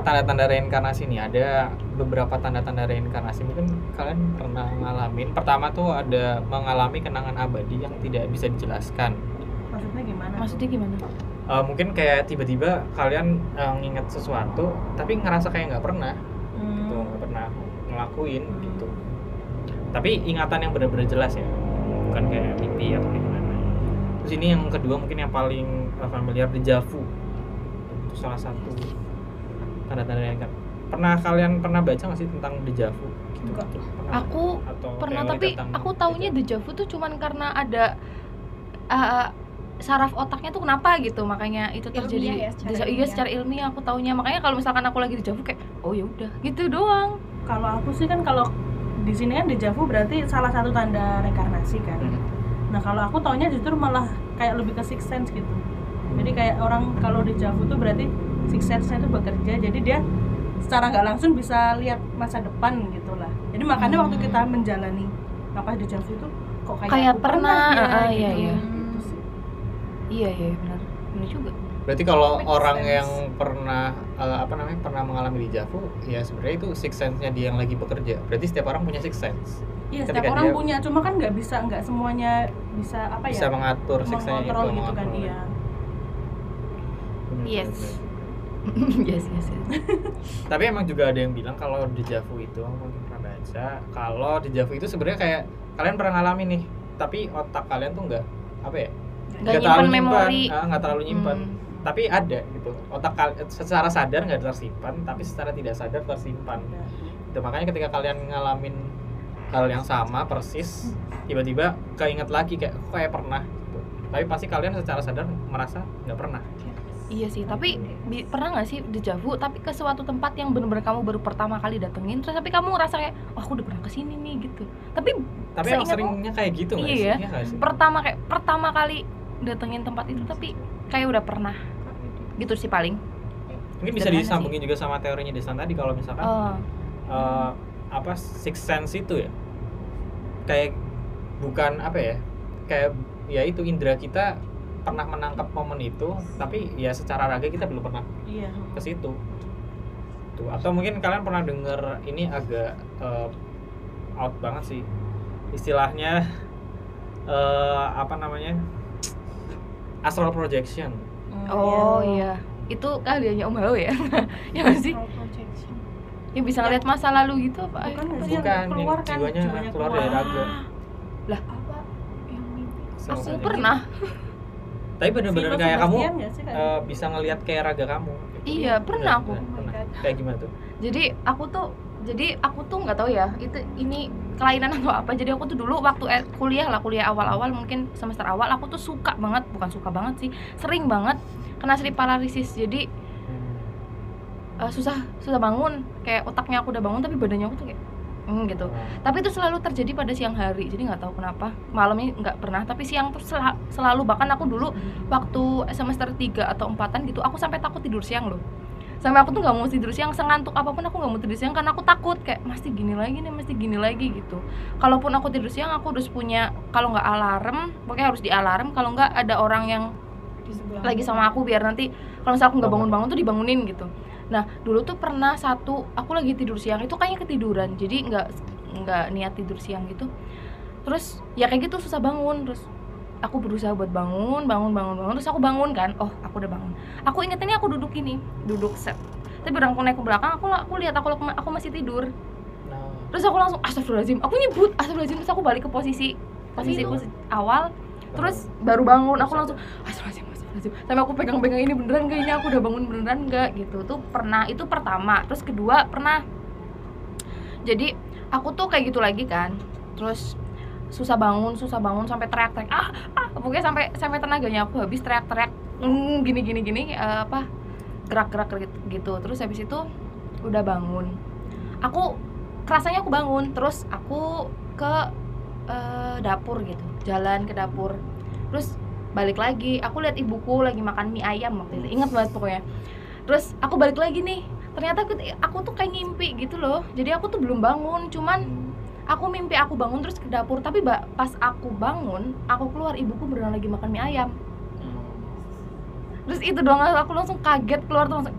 Speaker 3: tanda-tanda reinkarnasi nih ada beberapa tanda-tanda reinkarnasi mungkin kalian pernah ngalamin pertama tuh ada mengalami kenangan abadi yang tidak bisa dijelaskan
Speaker 2: maksudnya gimana
Speaker 5: Maksudnya gimana?
Speaker 3: Eh, mungkin kayak tiba-tiba kalian eh, nginget sesuatu tapi ngerasa kayak nggak pernah
Speaker 2: Hmm.
Speaker 3: gitu nggak pernah ngelakuin
Speaker 5: Hmm.
Speaker 3: gitu tapi ingatan yang benar-benar jelas ya bukan kayak mimpi atau kayak gimana terus ini yang kedua mungkin yang paling uh, familiar dejavu itu salah satu tanda-tanda yang kan pernah kalian pernah baca nggak sih tentang dejavu gitu
Speaker 4: Enggak.
Speaker 3: pernah
Speaker 5: Aku
Speaker 3: atau
Speaker 5: pernah
Speaker 3: teori
Speaker 5: tapi
Speaker 3: tentang
Speaker 5: aku taunya
Speaker 3: dejavu?
Speaker 5: deja vu tuh cuman karena ada uh, saraf otaknya tuh kenapa gitu makanya itu
Speaker 4: Ilmiah
Speaker 5: terjadi
Speaker 4: ya, secara
Speaker 5: deja- iya
Speaker 4: ilmiah.
Speaker 5: secara ilmiah aku taunya makanya kalau misalkan aku lagi deja vu kayak oh ya udah gitu doang
Speaker 2: kalau aku sih kan kalau di sini kan dejavu berarti salah satu tanda reinkarnasi kan
Speaker 3: Hmm.
Speaker 2: nah kalau aku taunya justru malah kayak lebih ke six sense gitu jadi kayak orang kalau dejavu tuh berarti six sense itu bekerja jadi dia secara nggak langsung bisa lihat masa depan gitulah jadi makanya
Speaker 5: Hmm.
Speaker 2: waktu kita menjalani apa dejavu itu kok kayak,
Speaker 5: Kayak
Speaker 2: aku
Speaker 5: pernah,
Speaker 2: ya,
Speaker 5: ah, iya,
Speaker 2: gitu.
Speaker 5: iya.
Speaker 2: Gitu sih.
Speaker 5: iya iya iya, benar benar juga
Speaker 3: berarti kalau
Speaker 4: Make
Speaker 3: orang
Speaker 4: sense.
Speaker 3: yang pernah uh, apa namanya pernah mengalami dejavu ya sebenarnya itu six sense-nya dia yang lagi bekerja berarti setiap orang punya six sense
Speaker 2: Iya,
Speaker 3: Ketika
Speaker 2: setiap orang
Speaker 3: dia-
Speaker 2: punya cuma kan nggak bisa nggak semuanya bisa apa
Speaker 3: bisa
Speaker 2: ya
Speaker 3: mengatur six sense-nya itu
Speaker 2: mengontrol gitu kan
Speaker 3: mengontrol.
Speaker 2: iya
Speaker 3: Benar,
Speaker 5: Yes.
Speaker 3: benar, benar.
Speaker 5: yes yes yes
Speaker 3: tapi emang juga ada yang bilang kalau dejavu itu aku mungkin pernah baca kalau dejavu itu sebenarnya kayak kalian pernah ngalamin nih tapi otak kalian tuh nggak apa ya
Speaker 5: nggak nyimpan memori
Speaker 3: nyimpan, ah, nggak terlalu nyimpan
Speaker 5: Hmm.
Speaker 3: tapi ada gitu otak kal- secara sadar nggak tersimpan tapi secara tidak sadar tersimpan Gitu, makanya ketika kalian ngalamin hal yang sama persis tiba-tiba keinget lagi kayak "Kok kayak pernah gitu. tapi pasti kalian secara sadar merasa nggak pernah
Speaker 5: iya sih tapi bi- pernah nggak sih deja vu tapi ke suatu tempat yang bener-bener kamu baru pertama kali datengin terus tapi kamu ngerasa kayak oh, aku udah pernah kesini nih gitu tapi
Speaker 3: tapi yang
Speaker 5: Seingatku-
Speaker 3: seringnya kayak gitu nggak
Speaker 5: Iya
Speaker 3: sih?
Speaker 5: ya.
Speaker 3: Iya nggak sih?
Speaker 5: pertama kayak pertama kali datengin tempat itu tapi kayak udah pernah gitu sih paling
Speaker 3: mungkin bisa
Speaker 5: Sederhana
Speaker 3: disambungin juga sama teorinya Desan tadi kalau misalkan
Speaker 5: Eh,
Speaker 3: eh, apa six sense itu ya kayak bukan apa ya kayak ya itu indera kita pernah menangkap momen itu tapi ya secara raga kita belum pernah
Speaker 2: iya
Speaker 3: ke situ tuh atau mungkin kalian pernah dengar ini agak eh, out banget sih istilahnya eh, apa namanya astral projection
Speaker 5: Oh iya. Itu keahliannya Om Hao ya. ya nggak sih? Yang bisa ngeliat masa lalu gitu apa?
Speaker 2: Bukan nggak sih
Speaker 4: Iya,
Speaker 2: yang
Speaker 3: bukan yang
Speaker 2: keluar Ah, kan?
Speaker 3: jiwanya keluar, dari raga
Speaker 4: apa yang mimpi
Speaker 3: Astral
Speaker 5: Aku
Speaker 3: projection.
Speaker 5: pernah.
Speaker 3: tapi bener-bener
Speaker 2: Filosofian
Speaker 3: kayak kamu
Speaker 2: nggak sih, kayak
Speaker 3: eh, bisa ngelihat kayak raga kamu
Speaker 5: Iya, pernah aku.
Speaker 4: Oh my God.
Speaker 3: kayak gimana tuh
Speaker 5: jadi aku tuh jadi aku tuh nggak tahu ya itu ini kelainan atau apa jadi aku tuh dulu waktu eh, kuliah lah kuliah awal-awal mungkin semester awal aku tuh suka banget bukan suka banget sih sering banget kena sleep paralysis jadi eh, susah susah bangun kayak otaknya aku udah bangun tapi badannya aku tuh kayak hmm gitu
Speaker 3: Nah,
Speaker 5: tapi itu selalu terjadi pada siang hari jadi nggak tahu kenapa malamnya nggak pernah tapi siang tuh sela- selalu bahkan aku dulu waktu semester 3 atau empatan gitu aku sampai takut tidur siang loh sampai aku tuh nggak mau tidur siang sengantuk apapun aku nggak mau tidur siang karena aku takut kayak mesti gini lagi nih mesti gini lagi gitu kalaupun aku tidur siang aku harus punya kalau nggak alarm pokoknya harus di alarm kalau nggak ada orang yang
Speaker 4: di sebelah
Speaker 5: lagi sama aku biar nanti kalau misalnya aku nggak bangun-bangun tuh dibangunin gitu nah dulu tuh pernah satu aku lagi tidur siang itu kayaknya ketiduran jadi nggak nggak niat tidur siang gitu terus ya kayak gitu susah bangun terus aku berusaha buat bangun bangun bangun bangun terus aku bangun kan oh aku udah bangun aku inget ini aku duduk ini duduk set tapi orang aku naik ke belakang aku aku lihat aku aku masih tidur terus aku langsung astagfirullahaladzim aku nyebut astagfirullahaladzim terus aku balik ke posisi posisi
Speaker 3: itu-
Speaker 5: posisi awal terus baru bangun aku langsung kan? astagfirullahaladzim astagfirullahaladzim sampai aku pegang-pegang ini beneran gak ini aku udah bangun beneran gak gitu tuh pernah itu pertama terus kedua pernah jadi aku tuh kayak gitu lagi kan terus susah bangun susah bangun sampai teriak-teriak ah ah pokoknya sampai sampai tenaganya aku habis teriak-teriak "Mm," gini gini gini eh, apa gerak-gerak gitu terus habis itu udah bangun aku kerasanya aku bangun terus aku ke eh, dapur gitu jalan ke dapur terus balik lagi aku lihat ibuku lagi makan mie ayam waktu itu ingat banget pokoknya terus aku balik lagi nih ternyata aku, aku tuh kayak ngimpi gitu loh jadi aku tuh belum bangun cuman
Speaker 3: Hmm.
Speaker 5: aku mimpi aku bangun terus ke dapur tapi ba- pas aku bangun aku keluar ibuku berenang lagi makan mie ayam terus itu doang aku langsung kaget keluar tuh langsung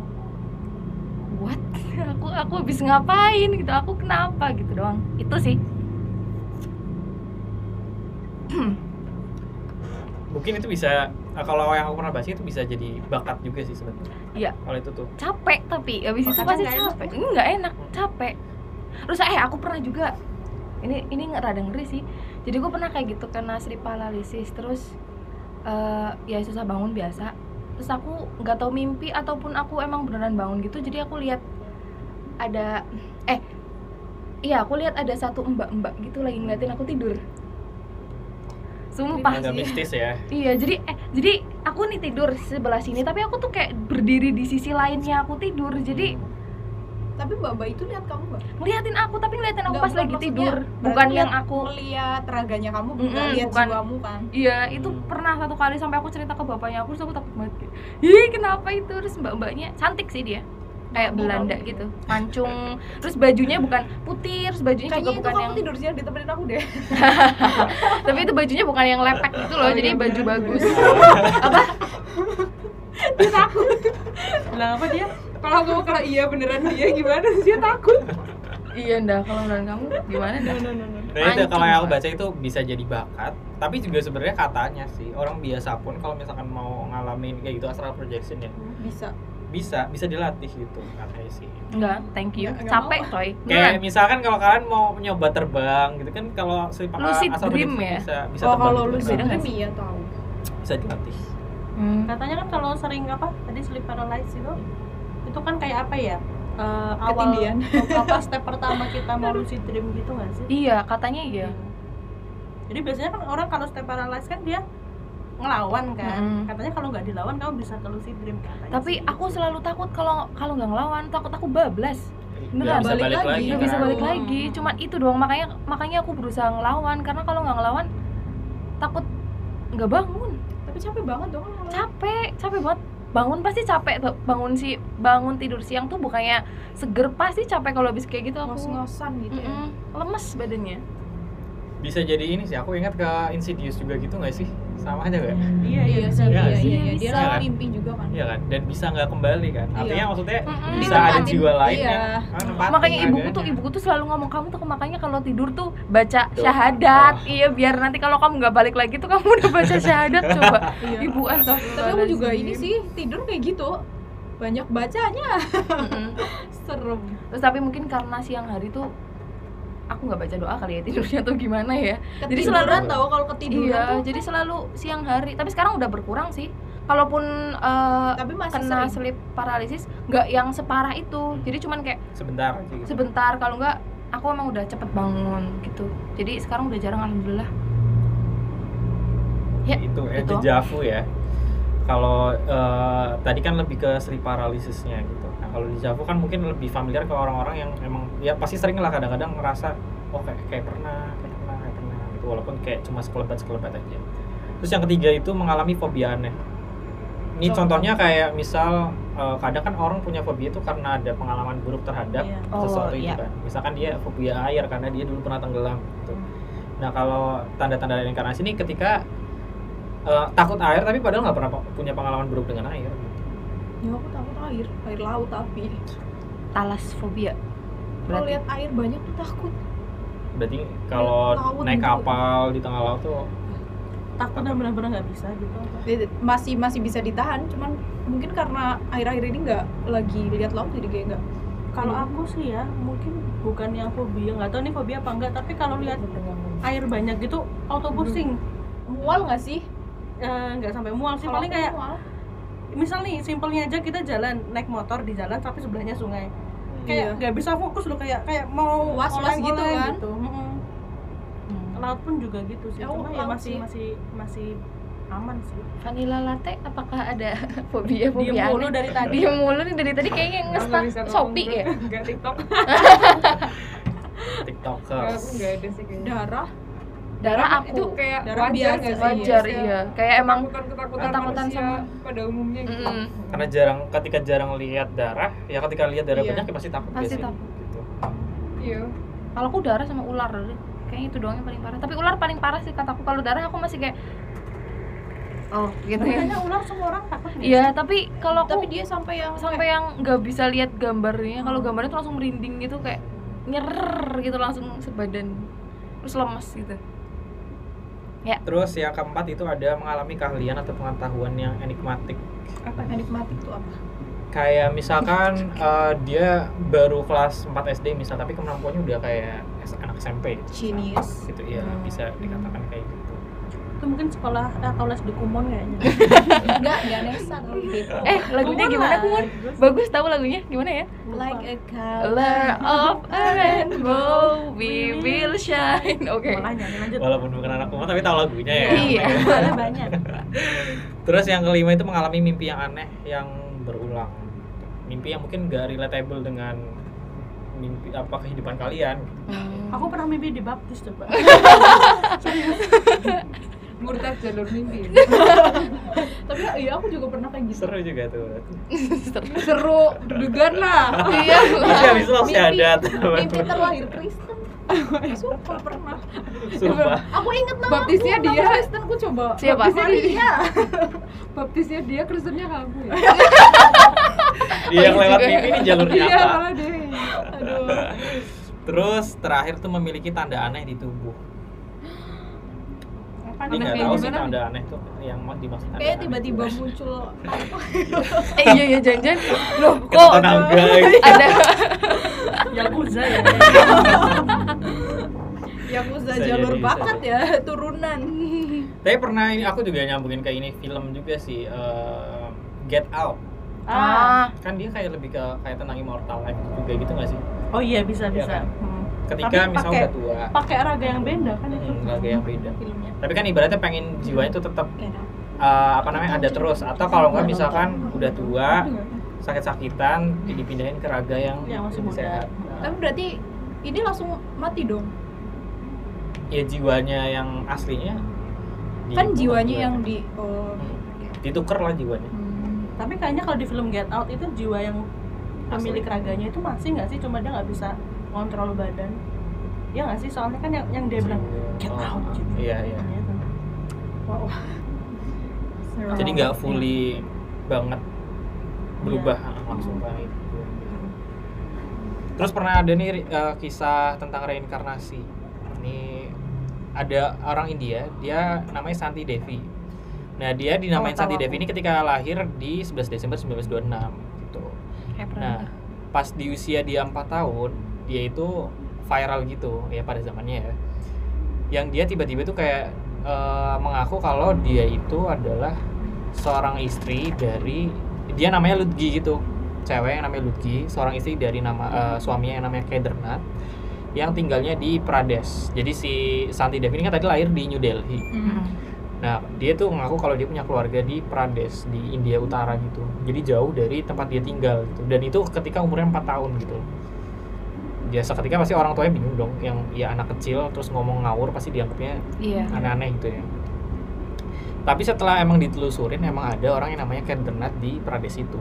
Speaker 5: what aku aku habis ngapain gitu aku kenapa gitu doang itu sih
Speaker 3: mungkin itu bisa eh, kalau yang aku pernah bahas itu bisa jadi bakat juga sih sebenarnya
Speaker 5: Iya.
Speaker 3: kalau itu tuh
Speaker 5: capek tapi
Speaker 2: Oh,
Speaker 5: habis itu
Speaker 2: kadang
Speaker 5: pasti
Speaker 2: nggak enak
Speaker 5: capek nggak enak capek terus eh aku pernah juga ini ini nggak rada ngeri sih jadi gue pernah kayak gitu kena sleep paralysis terus eh, ya susah bangun biasa terus aku nggak tahu mimpi ataupun aku emang beneran bangun gitu jadi aku lihat ada eh iya aku lihat ada satu mbak-mbak gitu lagi ngeliatin aku tidur sumpah
Speaker 3: agak mistis ya
Speaker 5: Iya, jadi eh jadi aku nih tidur sebelah sini tapi aku tuh kayak berdiri di sisi lainnya aku tidur. Jadi
Speaker 3: Hmm.
Speaker 4: tapi mbak mbak itu lihat kamu mbak
Speaker 5: ngeliatin aku tapi ngeliatin aku
Speaker 4: Hmm. Nggak,
Speaker 5: pas
Speaker 4: bukan
Speaker 5: lagi
Speaker 4: maksudnya,
Speaker 5: tidur,
Speaker 4: berarti ya? Hmm.
Speaker 5: bukan yang
Speaker 4: lihat-
Speaker 5: aku
Speaker 4: melihat raganya kamu bukan
Speaker 5: Mm-mm,
Speaker 4: lihat
Speaker 5: bukan.
Speaker 4: jiwamu kan
Speaker 5: Iya, itu
Speaker 3: Hmm.
Speaker 5: pernah satu kali sampai aku cerita ke bapaknya aku terus aku takut banget. kayak, Ih, kenapa itu? Terus mbak-mbaknya cantik sih dia. Kayak
Speaker 4: Mbak-mbak
Speaker 5: Belanda
Speaker 4: kamu.
Speaker 5: gitu, mancung. Terus bajunya bukan putih, terus bajunya
Speaker 4: kayaknya
Speaker 5: juga
Speaker 4: itu
Speaker 5: bukan
Speaker 4: kamu
Speaker 5: yang
Speaker 4: tidur siang ditemenin aku deh
Speaker 5: tapi itu bajunya bukan yang lepek gitu loh,
Speaker 1: Oh,
Speaker 5: jadi
Speaker 1: iya,
Speaker 5: baju
Speaker 1: beneran,
Speaker 5: bagus.
Speaker 2: bilang apa dia
Speaker 1: Kalau aku kalau iya beneran dia gimana sih dia takut.
Speaker 5: iya, Nda, kalau menurut kamu gimana, Nda?
Speaker 3: Nah itu
Speaker 5: Mancing,
Speaker 3: kalau yang aku
Speaker 5: Pak.
Speaker 3: baca itu bisa jadi bakat, tapi juga sebenarnya katanya sih orang biasa pun kalau misalkan mau ngalamin kayak gitu astral projection ya
Speaker 4: bisa
Speaker 3: bisa bisa dilatih gitu katanya sih.
Speaker 5: Enggak, thank you.
Speaker 4: Nggak, nggak
Speaker 5: Capek, coy. Beneran.
Speaker 3: Kayak misalkan kalau kalian mau nyoba terbang gitu kan kalau si pakai
Speaker 5: Lucid
Speaker 3: astral
Speaker 5: dream
Speaker 3: projection
Speaker 5: ya?
Speaker 3: bisa bisa
Speaker 4: oh
Speaker 3: terbang
Speaker 4: kalau
Speaker 3: gitu,
Speaker 4: lu
Speaker 5: lucid
Speaker 4: sih
Speaker 5: Beda
Speaker 3: kan.
Speaker 5: nggak
Speaker 4: iya tahu
Speaker 3: bisa dilatih.
Speaker 5: Hmm.
Speaker 2: katanya kan kalau sering apa tadi sleep paralysis itu itu kan kayak apa ya Eh, awal
Speaker 4: Ketindihan.
Speaker 2: apa step pertama kita mau lucid dream gitu nggak sih
Speaker 5: Iya, katanya iya.
Speaker 2: jadi biasanya kan orang kalau step paralysis kan dia ngelawan kan
Speaker 5: Mm.
Speaker 2: katanya kalau nggak dilawan kamu bisa ke lucid dream katanya sih.
Speaker 5: Tapi aku selalu takut kalau kalau nggak ngelawan, takut aku bablas. Beneran.
Speaker 3: Nggak bisa balik
Speaker 4: Balik lagi,
Speaker 3: lagi.
Speaker 5: Nggak
Speaker 4: Iya,
Speaker 5: bisa
Speaker 4: kan?
Speaker 5: balik lagi. Cuman itu doang makanya makanya aku berusaha ngelawan karena kalau nggak ngelawan takut nggak bangun.
Speaker 4: tapi capek banget dong kalau-
Speaker 5: Capek, capek banget. Bangun pasti capek tuh. Bangun si bangun tidur siang tuh bukannya seger pasti capek kalau habis kayak gitu aku.
Speaker 4: ngos-ngosan gitu ya
Speaker 5: Mm-mm, lemes badannya.
Speaker 3: Bisa jadi ini sih aku ingat ke Insidious juga gitu nggak sih? sama aja nggak
Speaker 5: Hmm.
Speaker 2: iya
Speaker 4: iya sih
Speaker 3: iya,
Speaker 4: iya
Speaker 3: sih.
Speaker 4: iya iya. dia
Speaker 3: Iya,
Speaker 4: kan
Speaker 3: kan?
Speaker 4: mimpi juga kan
Speaker 3: Iya kan, dan bisa nggak kembali kan? Artinya
Speaker 4: Iya.
Speaker 3: maksudnya
Speaker 5: Mm-mm.
Speaker 3: bisa ada
Speaker 4: Ditempatin.
Speaker 3: jiwa lain
Speaker 4: Iya.
Speaker 3: yang ah, nempatin
Speaker 5: Hmm, kan makanya ibuku
Speaker 3: adanya.
Speaker 5: tuh ibuku tuh selalu ngomong kamu tuh makanya kalau tidur tuh baca
Speaker 3: Tuh.
Speaker 5: syahadat
Speaker 3: Ah.
Speaker 5: iya biar nanti kalau kamu nggak balik lagi tuh kamu udah baca syahadat coba
Speaker 4: Iya.
Speaker 5: ibu eh, astagfirullah
Speaker 4: tapi aku juga ini sih tidur kayak gitu banyak bacanya serem
Speaker 5: terus tapi mungkin karena siang hari tuh aku nggak baca doa kali ya tidurnya atau gimana ya
Speaker 4: jadi
Speaker 5: selalu-
Speaker 4: selalu tahu kalau ketiduran
Speaker 5: iya
Speaker 4: tuh
Speaker 5: jadi selalu siang hari tapi sekarang udah berkurang sih kalaupun eh,
Speaker 4: tapi masih
Speaker 5: kena
Speaker 4: sering
Speaker 5: sleep paralysis nggak yang separah itu jadi cuman kayak
Speaker 3: sebentar aja gitu.
Speaker 5: sebentar kalau nggak aku emang udah cepet bangun gitu jadi sekarang udah jarang alhamdulillah Ya,
Speaker 3: itu ya
Speaker 5: itu.
Speaker 3: dejavu ya. Kalau eh, tadi kan lebih ke sleep paralisisnya gitu. Nah, kalau dejavu kan mungkin lebih familiar ke orang-orang yang emang ya pasti sering lah kadang-kadang ngerasa oh kayak, kayak pernah, kayak pernah, kayak pernah gitu walaupun kayak cuma sekelebat-sekelebat aja. Terus yang ketiga itu mengalami fobia aneh. Ini
Speaker 4: Contoh.
Speaker 3: contohnya kayak misal eh, kadang kan orang punya fobia itu karena ada pengalaman buruk terhadap
Speaker 2: Iya.
Speaker 5: Oh,
Speaker 3: sesuatu itu
Speaker 5: iya.
Speaker 3: kan. Misalkan dia fobia air karena dia dulu pernah tenggelam gitu. Nah, kalau tanda-tanda reinkarnasi ini ketika eh, takut air tapi padahal nggak pernah pe- punya pengalaman buruk dengan air.
Speaker 4: ya aku takut air air laut tapi
Speaker 5: talas fobia
Speaker 4: kalau
Speaker 5: berarti
Speaker 4: lihat air banyak tuh takut
Speaker 3: Berarti kalau
Speaker 4: Laut
Speaker 3: naik
Speaker 4: gitu.
Speaker 3: kapal di tengah laut tuh
Speaker 2: takut dan benar-benar nggak bisa gitu apa.
Speaker 4: Ya, masih masih bisa ditahan cuman mungkin karena air-air ini nggak lagi lihat laut jadi kayak nggak
Speaker 2: kalau
Speaker 4: Hmm.
Speaker 2: aku sih ya mungkin bukan yang fobia nggak tahu nih fobia apa enggak tapi kalau lihat air banyak gitu auto
Speaker 4: Hmm.
Speaker 2: pusing
Speaker 4: mual nggak sih
Speaker 2: Eh, nggak sampai mual sih
Speaker 4: Kalau
Speaker 2: paling
Speaker 4: aku
Speaker 2: kayak
Speaker 4: mual.
Speaker 2: misal nih simpelnya aja kita jalan naik motor di jalan tapi sebelahnya sungai kayak
Speaker 4: Iya.
Speaker 2: nggak bisa fokus loh kayak kayak mau
Speaker 4: Was-was
Speaker 2: oleng-oleng
Speaker 4: gitu kan?
Speaker 2: gitu. Mm-mm.
Speaker 5: Hmm.
Speaker 2: laut pun juga gitu sih
Speaker 4: Ya,
Speaker 2: cuma ya
Speaker 4: laut
Speaker 2: masih
Speaker 4: sih.
Speaker 2: masih masih aman sih
Speaker 5: vanilla latte apakah ada fobia
Speaker 2: diem
Speaker 5: fobia
Speaker 2: mulu
Speaker 5: aneh?
Speaker 2: dari tadi
Speaker 5: diem mulu nih dari tadi kayaknya
Speaker 1: Aku nggak bisa
Speaker 5: ngestak
Speaker 1: ngomong
Speaker 5: shopee
Speaker 1: dulu.
Speaker 5: ya
Speaker 1: nggak tiktok Nggak, aku
Speaker 3: tiktokers.
Speaker 1: nggak ada sih kayaknya
Speaker 4: darah
Speaker 5: darah
Speaker 1: itu
Speaker 5: aku
Speaker 1: kayak
Speaker 4: Darah
Speaker 1: wajar
Speaker 4: biasa,
Speaker 1: nggak sih
Speaker 5: wajar
Speaker 1: Kayak
Speaker 5: iya kayak emang
Speaker 1: ketakutan
Speaker 5: ketakutan
Speaker 1: ketakutan
Speaker 5: sama-
Speaker 1: sama pada umumnya gitu
Speaker 5: mm,
Speaker 3: Karena jarang ketika jarang lihat darah, ya ketika lihat darah
Speaker 4: Iya.
Speaker 3: banyak ya pasti takut
Speaker 5: Pasti
Speaker 3: biasanya.
Speaker 5: takut.
Speaker 3: Gitu.
Speaker 1: iya
Speaker 5: kalau aku darah sama ular deh. kayaknya itu doang yang paling parah tapi ular paling parah sih kataku kalau darah aku masih kayak oh
Speaker 4: Iya.
Speaker 5: gitu
Speaker 2: tapi
Speaker 5: ya
Speaker 2: kayaknya ular semua orang takut ya. nggak
Speaker 5: iya tapi kalau aku
Speaker 4: tapi dia sampai yang
Speaker 5: sampai yang nggak bisa lihat gambarnya kalau gambarnya tuh langsung merinding gitu kayak nyer gitu langsung sebadan terus lemes gitu
Speaker 3: Terus yang keempat itu ada mengalami keahlian atih atau pengetahuan yang enigmatik. Nah,
Speaker 4: apa enigmatik tuh apa
Speaker 3: Kayak misalkan eh, dia baru kelas 4 SD misal tapi kemampuannya udah kayak anak SMP gitu.
Speaker 4: genius
Speaker 3: gitu ya
Speaker 5: Hmm.
Speaker 3: bisa dikatakan kayak gitu
Speaker 2: itu mungkin sekolah eh, atau les dukumon kayaknya
Speaker 4: enggak Ganesha kalau gitu
Speaker 5: eh lagunya
Speaker 2: Kumon
Speaker 5: gimana
Speaker 2: lah.
Speaker 5: kumon bagus tahu lagunya gimana ya
Speaker 4: like a cow
Speaker 5: Color of a rainbow we will shine oke
Speaker 2: malah nyanyi lanjut
Speaker 3: walaupun bukan anak rumah tapi tahu lagunya ya
Speaker 5: Iya.
Speaker 2: Malah banyak
Speaker 3: terus yang kelima itu mengalami mimpi yang aneh yang berulang mimpi yang mungkin gak relatable dengan mimpi apa kehidupan kalian
Speaker 2: aku pernah mimpi dibaptis coba
Speaker 1: murtad jalur mimpi
Speaker 4: tapi iya aku juga pernah kayak gitu
Speaker 3: seru juga tuh
Speaker 1: seru deg-degan lah
Speaker 5: iya
Speaker 3: tapi habis itu langsung
Speaker 4: Mimpi-
Speaker 3: ada
Speaker 4: mimpi terlahir Kristen sumpah pernah
Speaker 3: sumpah
Speaker 4: aku inget nama
Speaker 1: Baptisnya
Speaker 4: aku, nama
Speaker 1: dia.
Speaker 4: Kristenku coba
Speaker 5: Siapa?
Speaker 1: baptisnya dia baptisnya dia kristennya kamu ya
Speaker 3: Iya, dia yang
Speaker 5: Oh, iya
Speaker 3: lewat
Speaker 5: juga.
Speaker 3: mimpi ini jalurnya
Speaker 1: iya
Speaker 3: apa
Speaker 1: malah deh aduh
Speaker 3: terus terakhir tuh memiliki tanda aneh di tubuh
Speaker 2: apa
Speaker 3: ini
Speaker 1: Aneh
Speaker 3: nggak
Speaker 1: kayak
Speaker 3: tahu sih
Speaker 1: gimana
Speaker 3: tanda aneh tuh yang mau dimaksud tanda
Speaker 4: kayak
Speaker 3: aneh.
Speaker 4: tiba-tiba muncul
Speaker 5: eh iya iya jangan-jangan loh kok
Speaker 3: Ketutup naga gitu.
Speaker 5: ada
Speaker 2: yakuza ya
Speaker 4: Yakuza
Speaker 3: Bisa
Speaker 4: jalur
Speaker 3: jadi, bisa
Speaker 4: bakat ya turunan
Speaker 3: Tapi pernah ini aku juga nyambungin kayak ini film juga sih eh, Get Out.
Speaker 2: ah.
Speaker 5: ah
Speaker 3: Kan dia kayak lebih ke kayak tentang immortal life juga gitu nggak sih?
Speaker 2: oh iya bisa
Speaker 3: Iya
Speaker 2: bisa
Speaker 3: kan?
Speaker 2: Hmm.
Speaker 3: Ketika
Speaker 2: Tapi
Speaker 3: misalnya
Speaker 2: pakai-
Speaker 3: udah tua,
Speaker 2: pakai raga yang beda kan itu
Speaker 3: hmm, lagu yang beda.
Speaker 4: filmnya
Speaker 3: Tapi kan ibaratnya pengen jiwanya itu tetap
Speaker 4: Kayak
Speaker 3: eh, apa namanya ada terus atau kalau nggak misalkan udah tua sakit-sakitan dipindahin ke raga yang
Speaker 2: Yang masih
Speaker 3: lebih
Speaker 2: muda.
Speaker 3: sehat. Nah,
Speaker 4: Tapi berarti ini langsung mati dong.
Speaker 3: ya jiwanya yang aslinya di-
Speaker 4: Kan jiwanya yang di oh,
Speaker 3: Hmm. dituker lah jiwanya.
Speaker 2: tapi kayaknya kalau di film Get Out itu jiwa yang pemilik raganya itu masih nggak sih cuma dia nggak bisa kontrol badan Iya ya nggak sih soalnya kan yang, yang dia bilang
Speaker 3: Jiwa.
Speaker 2: Get
Speaker 3: Oh,
Speaker 2: Out gitu
Speaker 3: Iya iya.
Speaker 2: Gitu.
Speaker 4: wow.
Speaker 3: jadi nggak
Speaker 2: Iya.
Speaker 3: fully banget berubah langsung
Speaker 2: Hmm.
Speaker 3: kayak gitu. Terus pernah ada nih eh, kisah tentang reinkarnasi. Ini ada orang India, dia namanya Santi Devi. Nah, dia
Speaker 2: Oh,
Speaker 3: dinamain
Speaker 2: tahu
Speaker 3: Santi
Speaker 2: aku.
Speaker 3: Devi ini ketika lahir di 11 Desember 1926 gitu.
Speaker 5: Kayak Iya, pernah
Speaker 3: Nah, pas di usia dia 4 tahun, dia itu viral gitu ya pada zamannya ya. Yang dia tiba-tiba tuh kayak eh, mengaku kalau dia itu adalah seorang istri dari dia namanya Ludgi gitu. Cewek yang namanya Ludgi, seorang istri dari nama eh, suaminya yang namanya Kedernat yang tinggalnya di Pradesh. Jadi si Santi Devi ini kan tadi lahir di New Delhi. Nah, dia tuh ngaku kalau dia punya keluarga di Pradesh, di India Utara gitu. Jadi jauh dari tempat dia tinggal gitu. Dan itu ketika umurnya 4 tahun gitu. Biasa ketika pasti orang tuanya bingung dong, yang ya anak kecil terus ngomong ngawur pasti dianggapnya
Speaker 5: iya
Speaker 3: aneh-aneh gitu ya. Tapi setelah emang ditelusurin emang ada orang yang namanya Kendernat di Pradesh itu.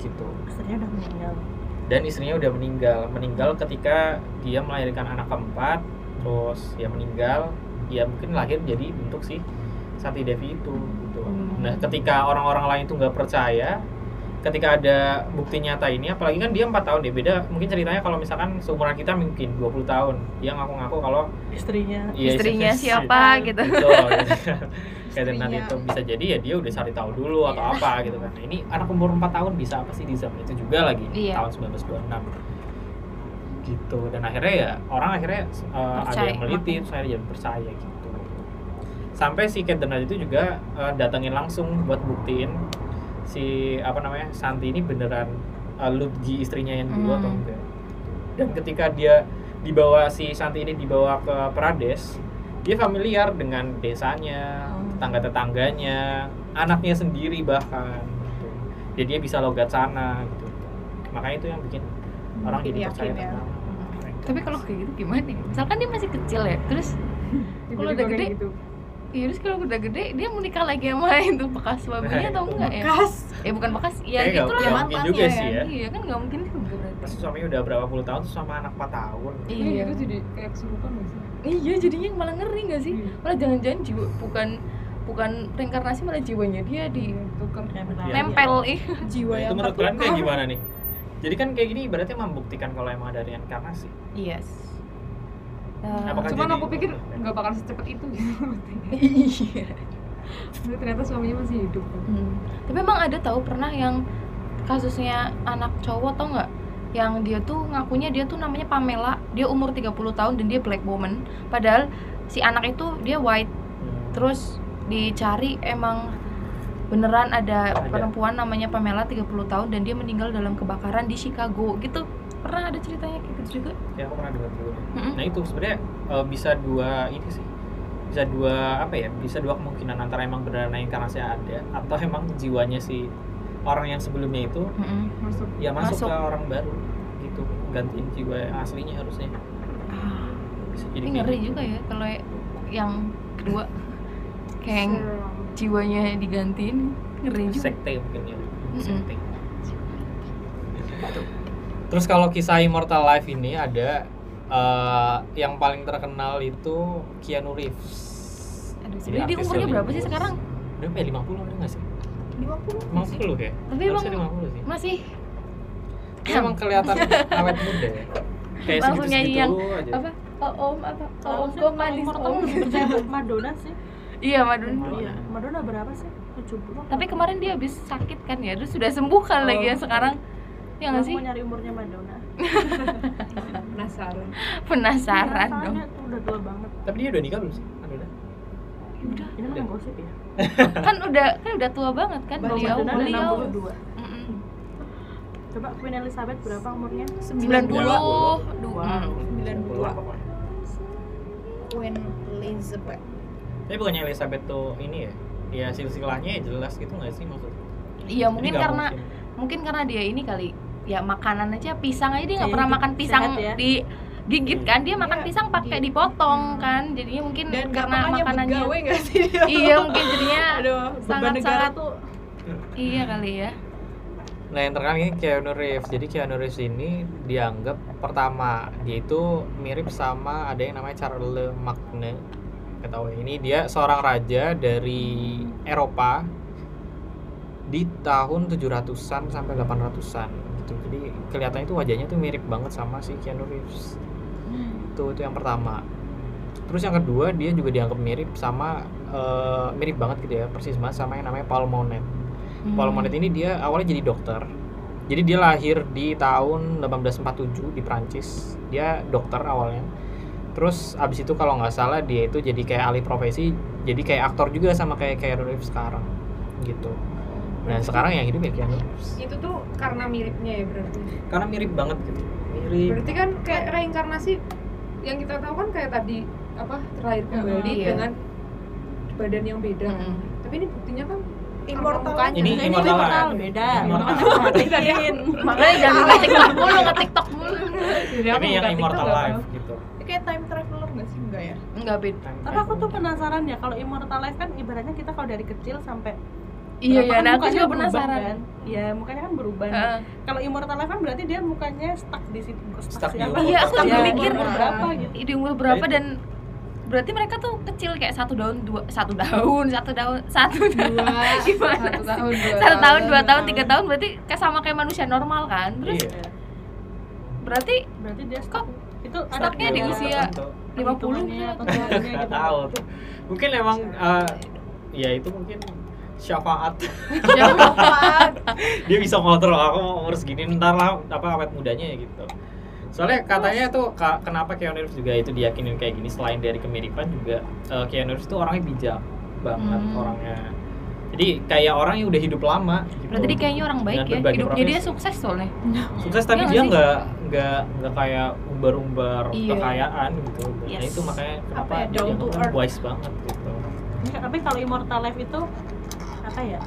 Speaker 3: Gitu.
Speaker 2: istrinya udah meninggal
Speaker 3: Dan istrinya udah meninggal. Meninggal ketika dia melahirkan anak keempat, terus ya meninggal, ya mungkin lahir jadi bentuk si Sati Devi itu gitu.
Speaker 5: Hmm.
Speaker 3: Nah, ketika orang-orang lain itu nggak percaya, ketika ada bukti nyata ini, apalagi kan dia empat tahun deh, beda mungkin ceritanya kalau misalkan seumuran kita mungkin 20 tahun, dia ngaku-ngaku kalau
Speaker 2: istrinya
Speaker 3: ya,
Speaker 5: Istrinya siapa, gitu.
Speaker 3: Betul, gitu. Kayak dan nanti
Speaker 5: Iya.
Speaker 1: Istrinya.
Speaker 3: itu bisa jadi ya dia udah cari tahu dulu atau apa gitu kan. Nah, Ini anak umur 4 tahun bisa apa sih di zaman itu juga lagi
Speaker 5: Iya.
Speaker 3: tahun 1926 gitu dan akhirnya ya orang akhirnya uh, ada
Speaker 5: Percaya.
Speaker 3: yang meliti saya jadi percaya gitu sampai si Kedernat itu juga uh, datengin langsung buat buktiin si apa namanya Santi ini beneran uh, Ludgi istrinya yang dulu atau
Speaker 5: Hmm.
Speaker 3: enggak dan ketika dia dibawa si Santi ini dibawa ke Prades dia familiar dengan desanya tetangga tetangganya anaknya sendiri bahkan gitu. jadi dia bisa logat sana gitu makanya itu yang bikin orang jadi
Speaker 1: Jadi
Speaker 3: percaya
Speaker 1: yakin ya.
Speaker 3: tentang
Speaker 5: tapi kalau kayak gitu gimana ya? misalkan dia masih kecil ya terus Kalau udah gede,
Speaker 1: gitu.
Speaker 5: ya terus kalau udah gede dia menikah lagi sama itu bekas suaminya
Speaker 3: Nah,
Speaker 5: atau
Speaker 3: itu.
Speaker 5: enggak ya
Speaker 1: Kas.
Speaker 5: ya bukan bekas ya
Speaker 3: Kayaknya
Speaker 5: gitu
Speaker 3: nggak-
Speaker 5: lah
Speaker 3: nggak mungkin juga sih ya.
Speaker 5: iya kan nggak mungkin juga berarti gitu.
Speaker 3: Pasti suaminya udah berapa puluh tahun terus sama anak 4 tahun
Speaker 1: Iya, itu jadi kayak kesurupan gak sih?
Speaker 5: iya jadinya malah ngeri nggak sih
Speaker 1: Iya.
Speaker 5: malah jangan-jangan jiwa bukan bukan reinkarnasi malah jiwanya dia di
Speaker 1: Tukang
Speaker 2: kayak
Speaker 3: Iya.
Speaker 2: meninggal.
Speaker 5: nempel ih
Speaker 4: jiwa
Speaker 3: Nah, itu
Speaker 4: yang
Speaker 3: menurut kalian kayak
Speaker 4: tertukar.
Speaker 3: gimana nih? Jadi kan kayak gini ibaratnya membuktikan kalau emang ada reinkarnasi.
Speaker 5: yes Eh,
Speaker 3: Apakah
Speaker 1: Cuman
Speaker 3: Nah, jadi-
Speaker 1: aku pikir nggak bakal secepat itu gitu.
Speaker 5: iya
Speaker 1: Tapi ternyata suaminya masih hidup.
Speaker 5: Hmm. Tapi emang ada tahu pernah yang kasusnya anak cowok tau nggak? Yang dia tuh ngakunya dia tuh namanya Pamela, dia umur 30 tahun dan dia black woman. Padahal si anak itu dia white. Terus dicari emang beneran ada,
Speaker 3: Ada.
Speaker 5: perempuan namanya Pamela 30 tahun dan dia meninggal dalam kebakaran di Chicago gitu. Pernah ada ceritanya kayak gitu juga? Hmm.
Speaker 3: Ya aku pernah dengar juga.
Speaker 5: Mm-mm.
Speaker 3: Nah itu sebenarnya eh, bisa dua ini sih bisa dua apa ya bisa dua kemungkinan antara emang beneran reinkarnasi ada atau emang jiwanya si orang yang sebelumnya itu
Speaker 5: Mm-mm.
Speaker 1: Masuk.
Speaker 3: ya masuk,
Speaker 5: Masuk.
Speaker 3: ke orang baru gitu gantiin jiwa yang aslinya harusnya
Speaker 5: Ah,
Speaker 3: bisa jadi
Speaker 5: Ini
Speaker 3: kayak
Speaker 5: ngeri
Speaker 3: gitu.
Speaker 5: juga ya kalau yang kedua kayak yang jiwanya digantiin ngeri juga.
Speaker 3: sekte mungkin ya
Speaker 5: Mm-mm.
Speaker 3: sekte terus kalau kisah immortal life ini ada eh, yang paling terkenal itu Keanu Reeves
Speaker 5: Aduh,
Speaker 3: Jadi
Speaker 5: sebenarnya dia
Speaker 3: artis
Speaker 5: umurnya berapa sih
Speaker 3: Hollywood.
Speaker 5: sekarang?
Speaker 3: udah sampai 50 ada nggak sih
Speaker 4: 50
Speaker 3: emang 10 ya
Speaker 5: Tapi
Speaker 3: Harusnya
Speaker 5: emang
Speaker 3: 50 sih
Speaker 5: masih
Speaker 3: Dia emang kelihatan awet muda ya kayak
Speaker 5: Langsung
Speaker 3: segitu
Speaker 5: nyanyi yang
Speaker 3: segitu aja
Speaker 5: apa? Oh om apa? Oh om
Speaker 2: Harusnya
Speaker 5: kok
Speaker 2: kalau
Speaker 5: manis
Speaker 2: immortal
Speaker 5: om.
Speaker 2: lebih percaya ke Madonna sih
Speaker 5: Iya Madun.
Speaker 3: Madonna.
Speaker 2: Iya. Madonna berapa sih 70
Speaker 5: Tapi kemarin dia habis sakit kan ya, terus sudah sembuh kan lagi ya
Speaker 2: Oh.
Speaker 5: sekarang. Ya nggak sih?
Speaker 2: mau nyari umurnya Madonna
Speaker 1: Penasaran.
Speaker 5: Penasaran
Speaker 2: Penasaran
Speaker 5: dong.
Speaker 2: ya, tuh udah tua banget
Speaker 3: tapi dia udah nikah belum sih Madonna
Speaker 5: Ya Udah
Speaker 2: ini
Speaker 3: Iya.
Speaker 2: kan gosip ya
Speaker 5: kan udah kan udah tua banget kan
Speaker 2: Bahwa
Speaker 5: beliau
Speaker 2: Madonna ada
Speaker 5: beliau.
Speaker 2: 62
Speaker 5: Mm-mm.
Speaker 2: coba Queen Elizabeth berapa umurnya
Speaker 5: 90 dua.
Speaker 2: Wow.
Speaker 4: 92
Speaker 3: Lupa pokoknya.
Speaker 4: Queen Elizabeth
Speaker 5: Hmm,
Speaker 3: tapi bukannya Elizabeth tuh ini ya ya silsilahnya ya jelas gitu nggak sih maksudnya
Speaker 5: Iya
Speaker 3: Jadi
Speaker 5: mungkin
Speaker 3: nggak
Speaker 5: karena
Speaker 3: mungkin.
Speaker 5: mungkin karena dia ini kali ya makanan aja pisang aja dia nggak
Speaker 2: Iya,
Speaker 5: pernah
Speaker 2: hidup
Speaker 5: makan pisang
Speaker 2: sehat ya.
Speaker 5: di gigit kan dia makan
Speaker 4: Iya,
Speaker 5: pisang pakai
Speaker 4: di-
Speaker 5: dipotong kan jadinya mungkin
Speaker 4: dan
Speaker 5: karena
Speaker 4: karena
Speaker 5: makanannya
Speaker 4: gawe nggak sih dia
Speaker 5: iya mungkin jadinya
Speaker 4: aduh beban
Speaker 5: sangat-
Speaker 4: negara
Speaker 5: sangat-
Speaker 4: tuh
Speaker 5: iya kali ya
Speaker 3: Nah yang terkenal ini Keanu Reeves. Jadi Keanu Reeves ini dianggap pertama dia itu mirip sama ada yang namanya Charles Magne. Ketahui ini dia seorang raja dari Eropa di tahun 700-an sampai 800-an gitu. Jadi kelihatannya itu wajahnya tuh mirip banget sama si Keanu Reeves. Itu itu yang pertama. Terus yang kedua dia juga dianggap mirip sama eh, mirip banget gitu ya, persis banget sama yang namanya Paul Monet. Paul Monet ini dia awalnya jadi dokter. Jadi dia lahir di tahun 1847 di Prancis. Dia dokter awalnya. Terus abis itu kalau nggak salah dia itu jadi kayak alih profesi, jadi kayak aktor juga sama kayak Keanu Reeves sekarang gitu. Nah sekarang yang hidup ya Keanu Reeves.
Speaker 1: itu tuh karena miripnya ya berarti
Speaker 3: Karena mirip banget gitu. Mirip.
Speaker 1: berarti kan kayak reinkarnasi yang kita tahu kan kayak tadi apa terlahir kembali
Speaker 5: iya.
Speaker 1: dengan badan yang beda kan.
Speaker 5: Mm-mm.
Speaker 1: tapi ini buktinya kan
Speaker 4: Immortal.
Speaker 1: mukanya.
Speaker 3: Ini
Speaker 2: Nah,
Speaker 3: immortal
Speaker 2: immortal,
Speaker 3: kan?
Speaker 2: beda.
Speaker 3: Immortal.
Speaker 2: Matiin.
Speaker 5: Makanya jangan ngetiktok mulu, ngetiktok mulu.
Speaker 3: Ini yang immortal life gitu.
Speaker 4: kayak time traveler nggak sih enggak ya
Speaker 5: Enggak beda.
Speaker 2: Tapi aku tuh penasaran ya kalau immortal life kan ibaratnya kita kalau dari kecil sampai
Speaker 5: Iya,
Speaker 2: Kan
Speaker 5: iya. Nah, aku
Speaker 2: mukanya
Speaker 5: juga
Speaker 2: berubah, kan?
Speaker 5: penasaran.
Speaker 2: Iya, mukanya kan berubah. nih.
Speaker 5: Heeh.
Speaker 2: Kalau immortal life kan berarti dia mukanya stuck di situ.
Speaker 3: Stuck di
Speaker 2: siapa?
Speaker 3: umur.
Speaker 5: Iya, aku
Speaker 2: Stuck
Speaker 5: juga
Speaker 2: di
Speaker 5: mikir.
Speaker 2: umur berapa gitu.
Speaker 5: di umur berapa dan berarti mereka tuh kecil kayak satu daun dua satu daun satu daun satu daun
Speaker 1: dua
Speaker 5: Gimana
Speaker 1: satu tahun dua
Speaker 5: satu tahun dua tahun tiga tahun berarti kayak sama kayak manusia normal kan terus
Speaker 3: Iya.
Speaker 5: berarti
Speaker 2: Berarti dia
Speaker 5: Kok
Speaker 2: stuck. Itu
Speaker 5: stucknya di
Speaker 3: Iya,
Speaker 5: usia
Speaker 3: tentu.
Speaker 5: 50
Speaker 2: hitungannya atau
Speaker 5: gitu.
Speaker 2: hitungannya
Speaker 3: nggak
Speaker 2: gitu.
Speaker 3: tahu tuh mungkin emang eh, ya itu mungkin syafaat dia bisa ngontrol aku mau umur segini ntar lah apa awet mudanya ya gitu soalnya katanya tuh ka- kenapa Keanu Reeves juga itu diyakinin kayak gini selain dari kemiripan juga eh, Keanu Reeves tuh orangnya bijak banget
Speaker 5: Hmm.
Speaker 3: orangnya jadi kayak orang yang udah hidup lama gitu.
Speaker 5: berarti dia kayaknya orang baik
Speaker 3: Dan
Speaker 5: ya
Speaker 3: berbagi
Speaker 5: hidupnya dia
Speaker 3: profesi.
Speaker 5: sukses soalnya
Speaker 3: sukses tapi
Speaker 5: Iya nggak
Speaker 3: dia
Speaker 5: sih?
Speaker 3: nggak nggak nggak kayak umbar-umbar
Speaker 5: Iya.
Speaker 3: kekayaan gitu nah
Speaker 5: Yes.
Speaker 3: itu makanya kenapa
Speaker 4: ya,
Speaker 3: dia
Speaker 4: down to
Speaker 3: dianggap
Speaker 4: earth.
Speaker 3: wise banget gitu
Speaker 2: Enggak, Iya, tapi kalau immortal life itu apa ya?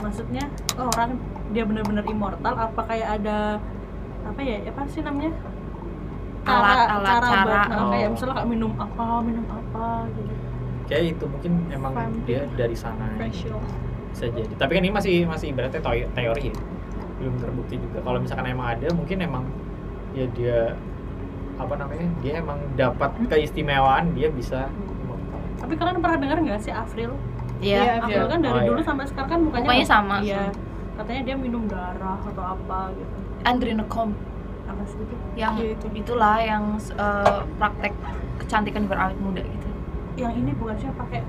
Speaker 2: Maksudnya oh, orang dia benar-benar immortal apa kayak ada apa ya? Apa sih namanya?
Speaker 5: Alat-alat, cara.
Speaker 2: buat- nah, kayak
Speaker 3: Oh.
Speaker 2: misalnya kayak minum apa, minum apa gitu.
Speaker 3: kayak Ya, itu mungkin emang
Speaker 4: Vampir.
Speaker 3: dia dari sana
Speaker 4: facial
Speaker 3: bisa jadi tapi kan ini masih masih ibaratnya toy- teori ya belum terbukti juga kalau misalkan emang ada mungkin emang ya dia apa namanya dia emang dapat
Speaker 5: Hmm.
Speaker 3: keistimewaan dia bisa
Speaker 2: Tapi kalian pernah dengar nggak sih Avril?
Speaker 5: iya
Speaker 4: Iya.
Speaker 2: Avril kan dari
Speaker 3: Oh, iya.
Speaker 2: dulu sampai sekarang kan mukanya
Speaker 5: Mukanya sama.
Speaker 2: Iya. Katanya dia minum darah atau apa gitu.
Speaker 5: Andre Nekom
Speaker 2: Apa sih itu?
Speaker 5: yang
Speaker 4: Iya, itu.
Speaker 5: itulah yang eh, praktek kecantikan berawet muda gitu
Speaker 2: Yang ini bukan sih pakai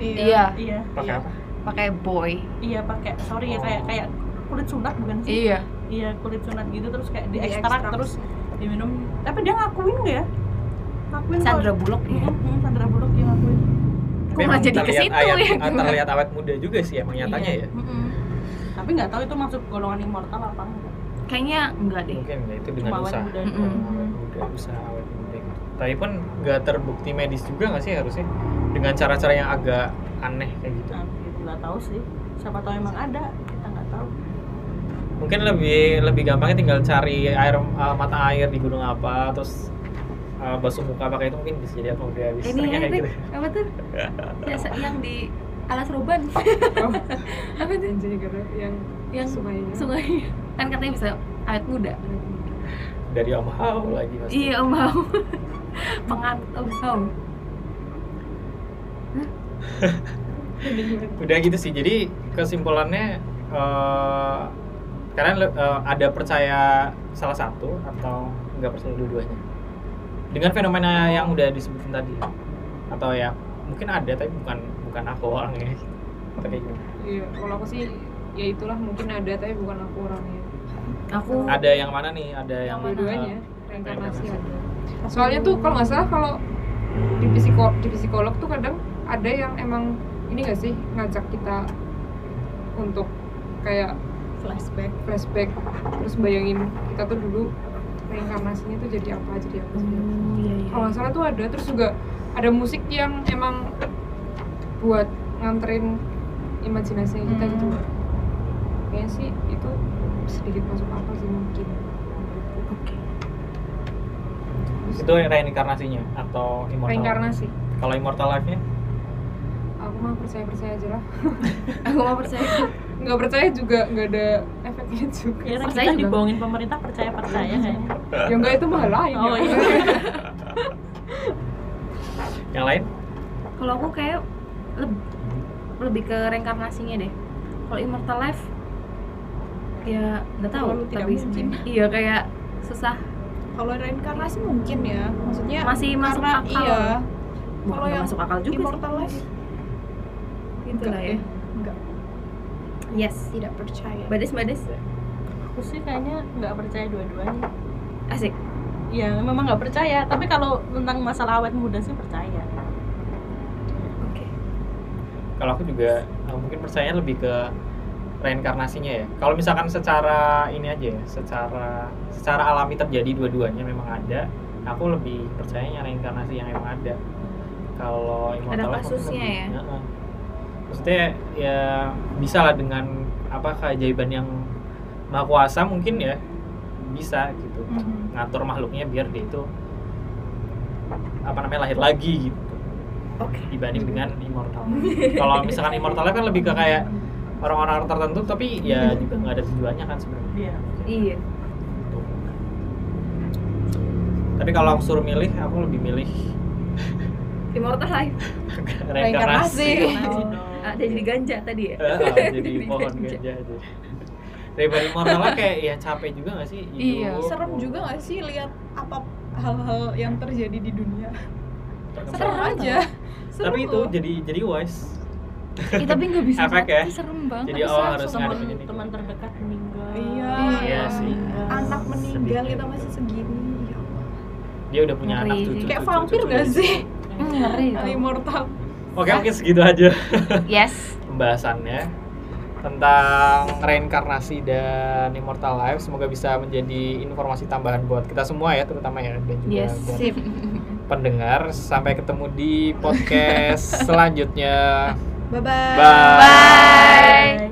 Speaker 5: iya
Speaker 2: iya,
Speaker 3: pakai apa
Speaker 5: pakai boy
Speaker 2: iya pakai sorry ya kayak kayak kulit sunat bukan sih?
Speaker 5: iya
Speaker 2: iya kulit sunat gitu terus kayak di ekstrak
Speaker 1: Diekstrak.
Speaker 2: terus diminum tapi dia ngakuin nggak ya ngakuin kok.
Speaker 5: Sandra Bullock ya
Speaker 2: Mm, mm, Sandra Bullock dia ngakuin
Speaker 5: Kok
Speaker 3: Tapi
Speaker 5: malah
Speaker 3: emang
Speaker 5: jadi ke
Speaker 3: terlihat
Speaker 5: situ
Speaker 3: ayat-
Speaker 5: ya?
Speaker 3: ah, terlihat awet muda juga sih emang nyatanya
Speaker 2: Iya.
Speaker 3: ya
Speaker 2: Mm, mm. tapi nggak tahu itu masuk golongan immortal apa enggak
Speaker 5: kayaknya enggak deh
Speaker 3: mungkin ya itu dengan
Speaker 2: Kemauan
Speaker 3: usaha
Speaker 2: muda.
Speaker 3: Dengan
Speaker 5: Mm-mm.
Speaker 3: awet muda usaha awet muda gitu. tapi pun nggak terbukti medis juga nggak sih harusnya dengan cara-cara yang agak aneh kayak gitu
Speaker 2: nah, gitu nggak tahu sih siapa tahu emang ada kita nggak tahu
Speaker 3: mungkin lebih lebih gampangnya tinggal cari air uh, mata air di gunung apa terus uh, basuh muka pakai itu mungkin bisa jadi apa udah habis
Speaker 5: ini
Speaker 3: Seringnya
Speaker 5: ya,
Speaker 3: kayak gitu
Speaker 5: apa tuh Biasa yang di alas roban apa tuh
Speaker 1: yang jadi gerak yang
Speaker 5: yang
Speaker 1: sungainya.
Speaker 5: sungai kan katanya bisa awet muda
Speaker 3: dari om hao lagi pasti
Speaker 5: iya om Hao penganut om Hao
Speaker 3: udah gitu sih jadi kesimpulannya eh kalian le- eh, ada percaya salah satu atau nggak percaya dua-duanya dengan fenomena yang udah disebutin tadi atau ya mungkin ada tapi bukan bukan aku orangnya Atau kayak gimana?
Speaker 1: iya kalau aku sih ya itulah mungkin ada tapi bukan aku orangnya
Speaker 5: aku
Speaker 3: ada yang mana nih ada yang, eh,
Speaker 5: Yang mana?
Speaker 1: dua-duanya
Speaker 5: ah.
Speaker 3: reinkarnasi.
Speaker 1: reinkarnasi ada soalnya tuh kalau nggak salah kalau di psiko di psikolog tuh kadang ada yang emang ini nggak sih ngajak kita untuk kayak
Speaker 4: flashback
Speaker 1: flashback terus bayangin kita tuh dulu reinkarnasinya tuh jadi apa jadi apa jadi apa
Speaker 5: Hmm, iya, iya.
Speaker 1: kalau nggak salah tuh ada terus juga ada musik yang emang buat nganterin imajinasi kita gitu
Speaker 5: Hmm.
Speaker 1: kayaknya sih itu sedikit masuk akal sih mungkin
Speaker 5: Oke.
Speaker 3: itu reinkarnasinya atau immortal
Speaker 1: reinkarnasi
Speaker 3: kalau immortal life-nya
Speaker 1: aku mah percaya percaya aja lah
Speaker 5: aku mau percaya
Speaker 1: nggak percaya juga nggak ada efeknya juga
Speaker 2: kira Ya, kita
Speaker 5: Percaya juga.
Speaker 2: dibohongin pemerintah percaya percaya kayaknya
Speaker 1: ya nggak itu mahal lain
Speaker 2: Oh,
Speaker 1: ya.
Speaker 2: iya.
Speaker 3: yang lain
Speaker 5: kalau aku kayak leb- lebih ke reinkarnasinya deh kalau immortal life ya nggak tahu
Speaker 1: Terlalu tidak
Speaker 5: tapi
Speaker 1: mungkin.
Speaker 5: iya kayak susah
Speaker 4: Kalau reinkarnasi mungkin ya, maksudnya
Speaker 5: Masih
Speaker 4: karena
Speaker 5: masuk akal.
Speaker 4: Iya,
Speaker 5: Bukan
Speaker 4: Kalau
Speaker 5: nggak
Speaker 4: yang
Speaker 5: masuk akal juga sih
Speaker 4: immortal life
Speaker 5: gitu lah ya
Speaker 4: enggak enggak,
Speaker 5: yes
Speaker 4: tidak percaya.
Speaker 5: badis badis
Speaker 2: aku sih kayaknya nggak percaya dua-duanya
Speaker 5: asik
Speaker 2: ya memang nggak percaya tapi kalau tentang masalah awet muda sih percaya
Speaker 5: oke
Speaker 3: kalau aku juga eh, mungkin percaya lebih ke reinkarnasinya ya kalau misalkan secara ini aja ya secara secara alami terjadi dua-duanya memang ada aku lebih percayanya reinkarnasi yang emang ada kalau immortal life mungkin
Speaker 5: kasusnya
Speaker 3: lebih-
Speaker 5: ya?
Speaker 3: Heeh. maksudnya ya bisa lah dengan apa keajaiban yang maha kuasa mungkin ya bisa gitu
Speaker 4: Mhm.
Speaker 3: ngatur makhluknya biar dia itu apa namanya lahir lagi gitu
Speaker 5: oke
Speaker 4: Hmm.
Speaker 3: dibanding dengan immortal kalau misalkan immortal kan lebih ke kayak orang-orang tertentu tapi
Speaker 4: Hmm.
Speaker 3: ya juga nggak ada tujuannya kan sebenarnya
Speaker 2: iya
Speaker 5: iya
Speaker 3: Gitu. tapi kalau aku suruh milih aku lebih milih
Speaker 5: immortal life
Speaker 3: reinkarnasi
Speaker 4: Reinkarnasi.
Speaker 2: Masih dong.
Speaker 5: Iya. ada jadi ganja tadi ya
Speaker 3: Eh, eh, jadi pohon
Speaker 4: Iya.
Speaker 3: gajah aja daripada immortal Life kayak ya capek juga nggak sih hidup,
Speaker 1: Iya.
Speaker 4: Serem juga gak sih lihat apa hal-hal yang terjadi di dunia?
Speaker 3: terkepung.
Speaker 4: Serem aja.
Speaker 3: gitu.
Speaker 4: Serem
Speaker 3: tapi itu
Speaker 4: loh.
Speaker 3: jadi jadi wise
Speaker 5: Eh, tapi nggak bisa
Speaker 3: Efek ya?
Speaker 5: mati, serem banget
Speaker 3: jadi
Speaker 5: Bisa
Speaker 3: oh harus
Speaker 2: teman
Speaker 3: ngadepin ini
Speaker 2: teman terdekat meninggal
Speaker 4: Iya.
Speaker 3: iya sih ya.
Speaker 4: anak meninggal
Speaker 3: Sedihnya
Speaker 4: kita masih segini. Ya Allah.
Speaker 3: dia udah punya
Speaker 5: Ngeri
Speaker 3: anak
Speaker 5: sih.
Speaker 3: cucu
Speaker 4: Kayak
Speaker 3: cucu,
Speaker 4: vampir
Speaker 3: cucu,
Speaker 4: gak
Speaker 3: cucu.
Speaker 4: sih?
Speaker 5: Hmm, ngeri
Speaker 4: Yang
Speaker 5: tuh.
Speaker 4: Immortal.
Speaker 3: oke mungkin segitu aja
Speaker 5: yes
Speaker 3: pembahasannya tentang reinkarnasi dan immortal life semoga bisa menjadi informasi tambahan buat kita semua ya terutama ya dan juga
Speaker 5: yes
Speaker 3: buat
Speaker 5: sip
Speaker 3: pendengar sampai ketemu di podcast selanjutnya
Speaker 4: Bye bye.
Speaker 3: Bye.
Speaker 5: bye.
Speaker 2: Bye.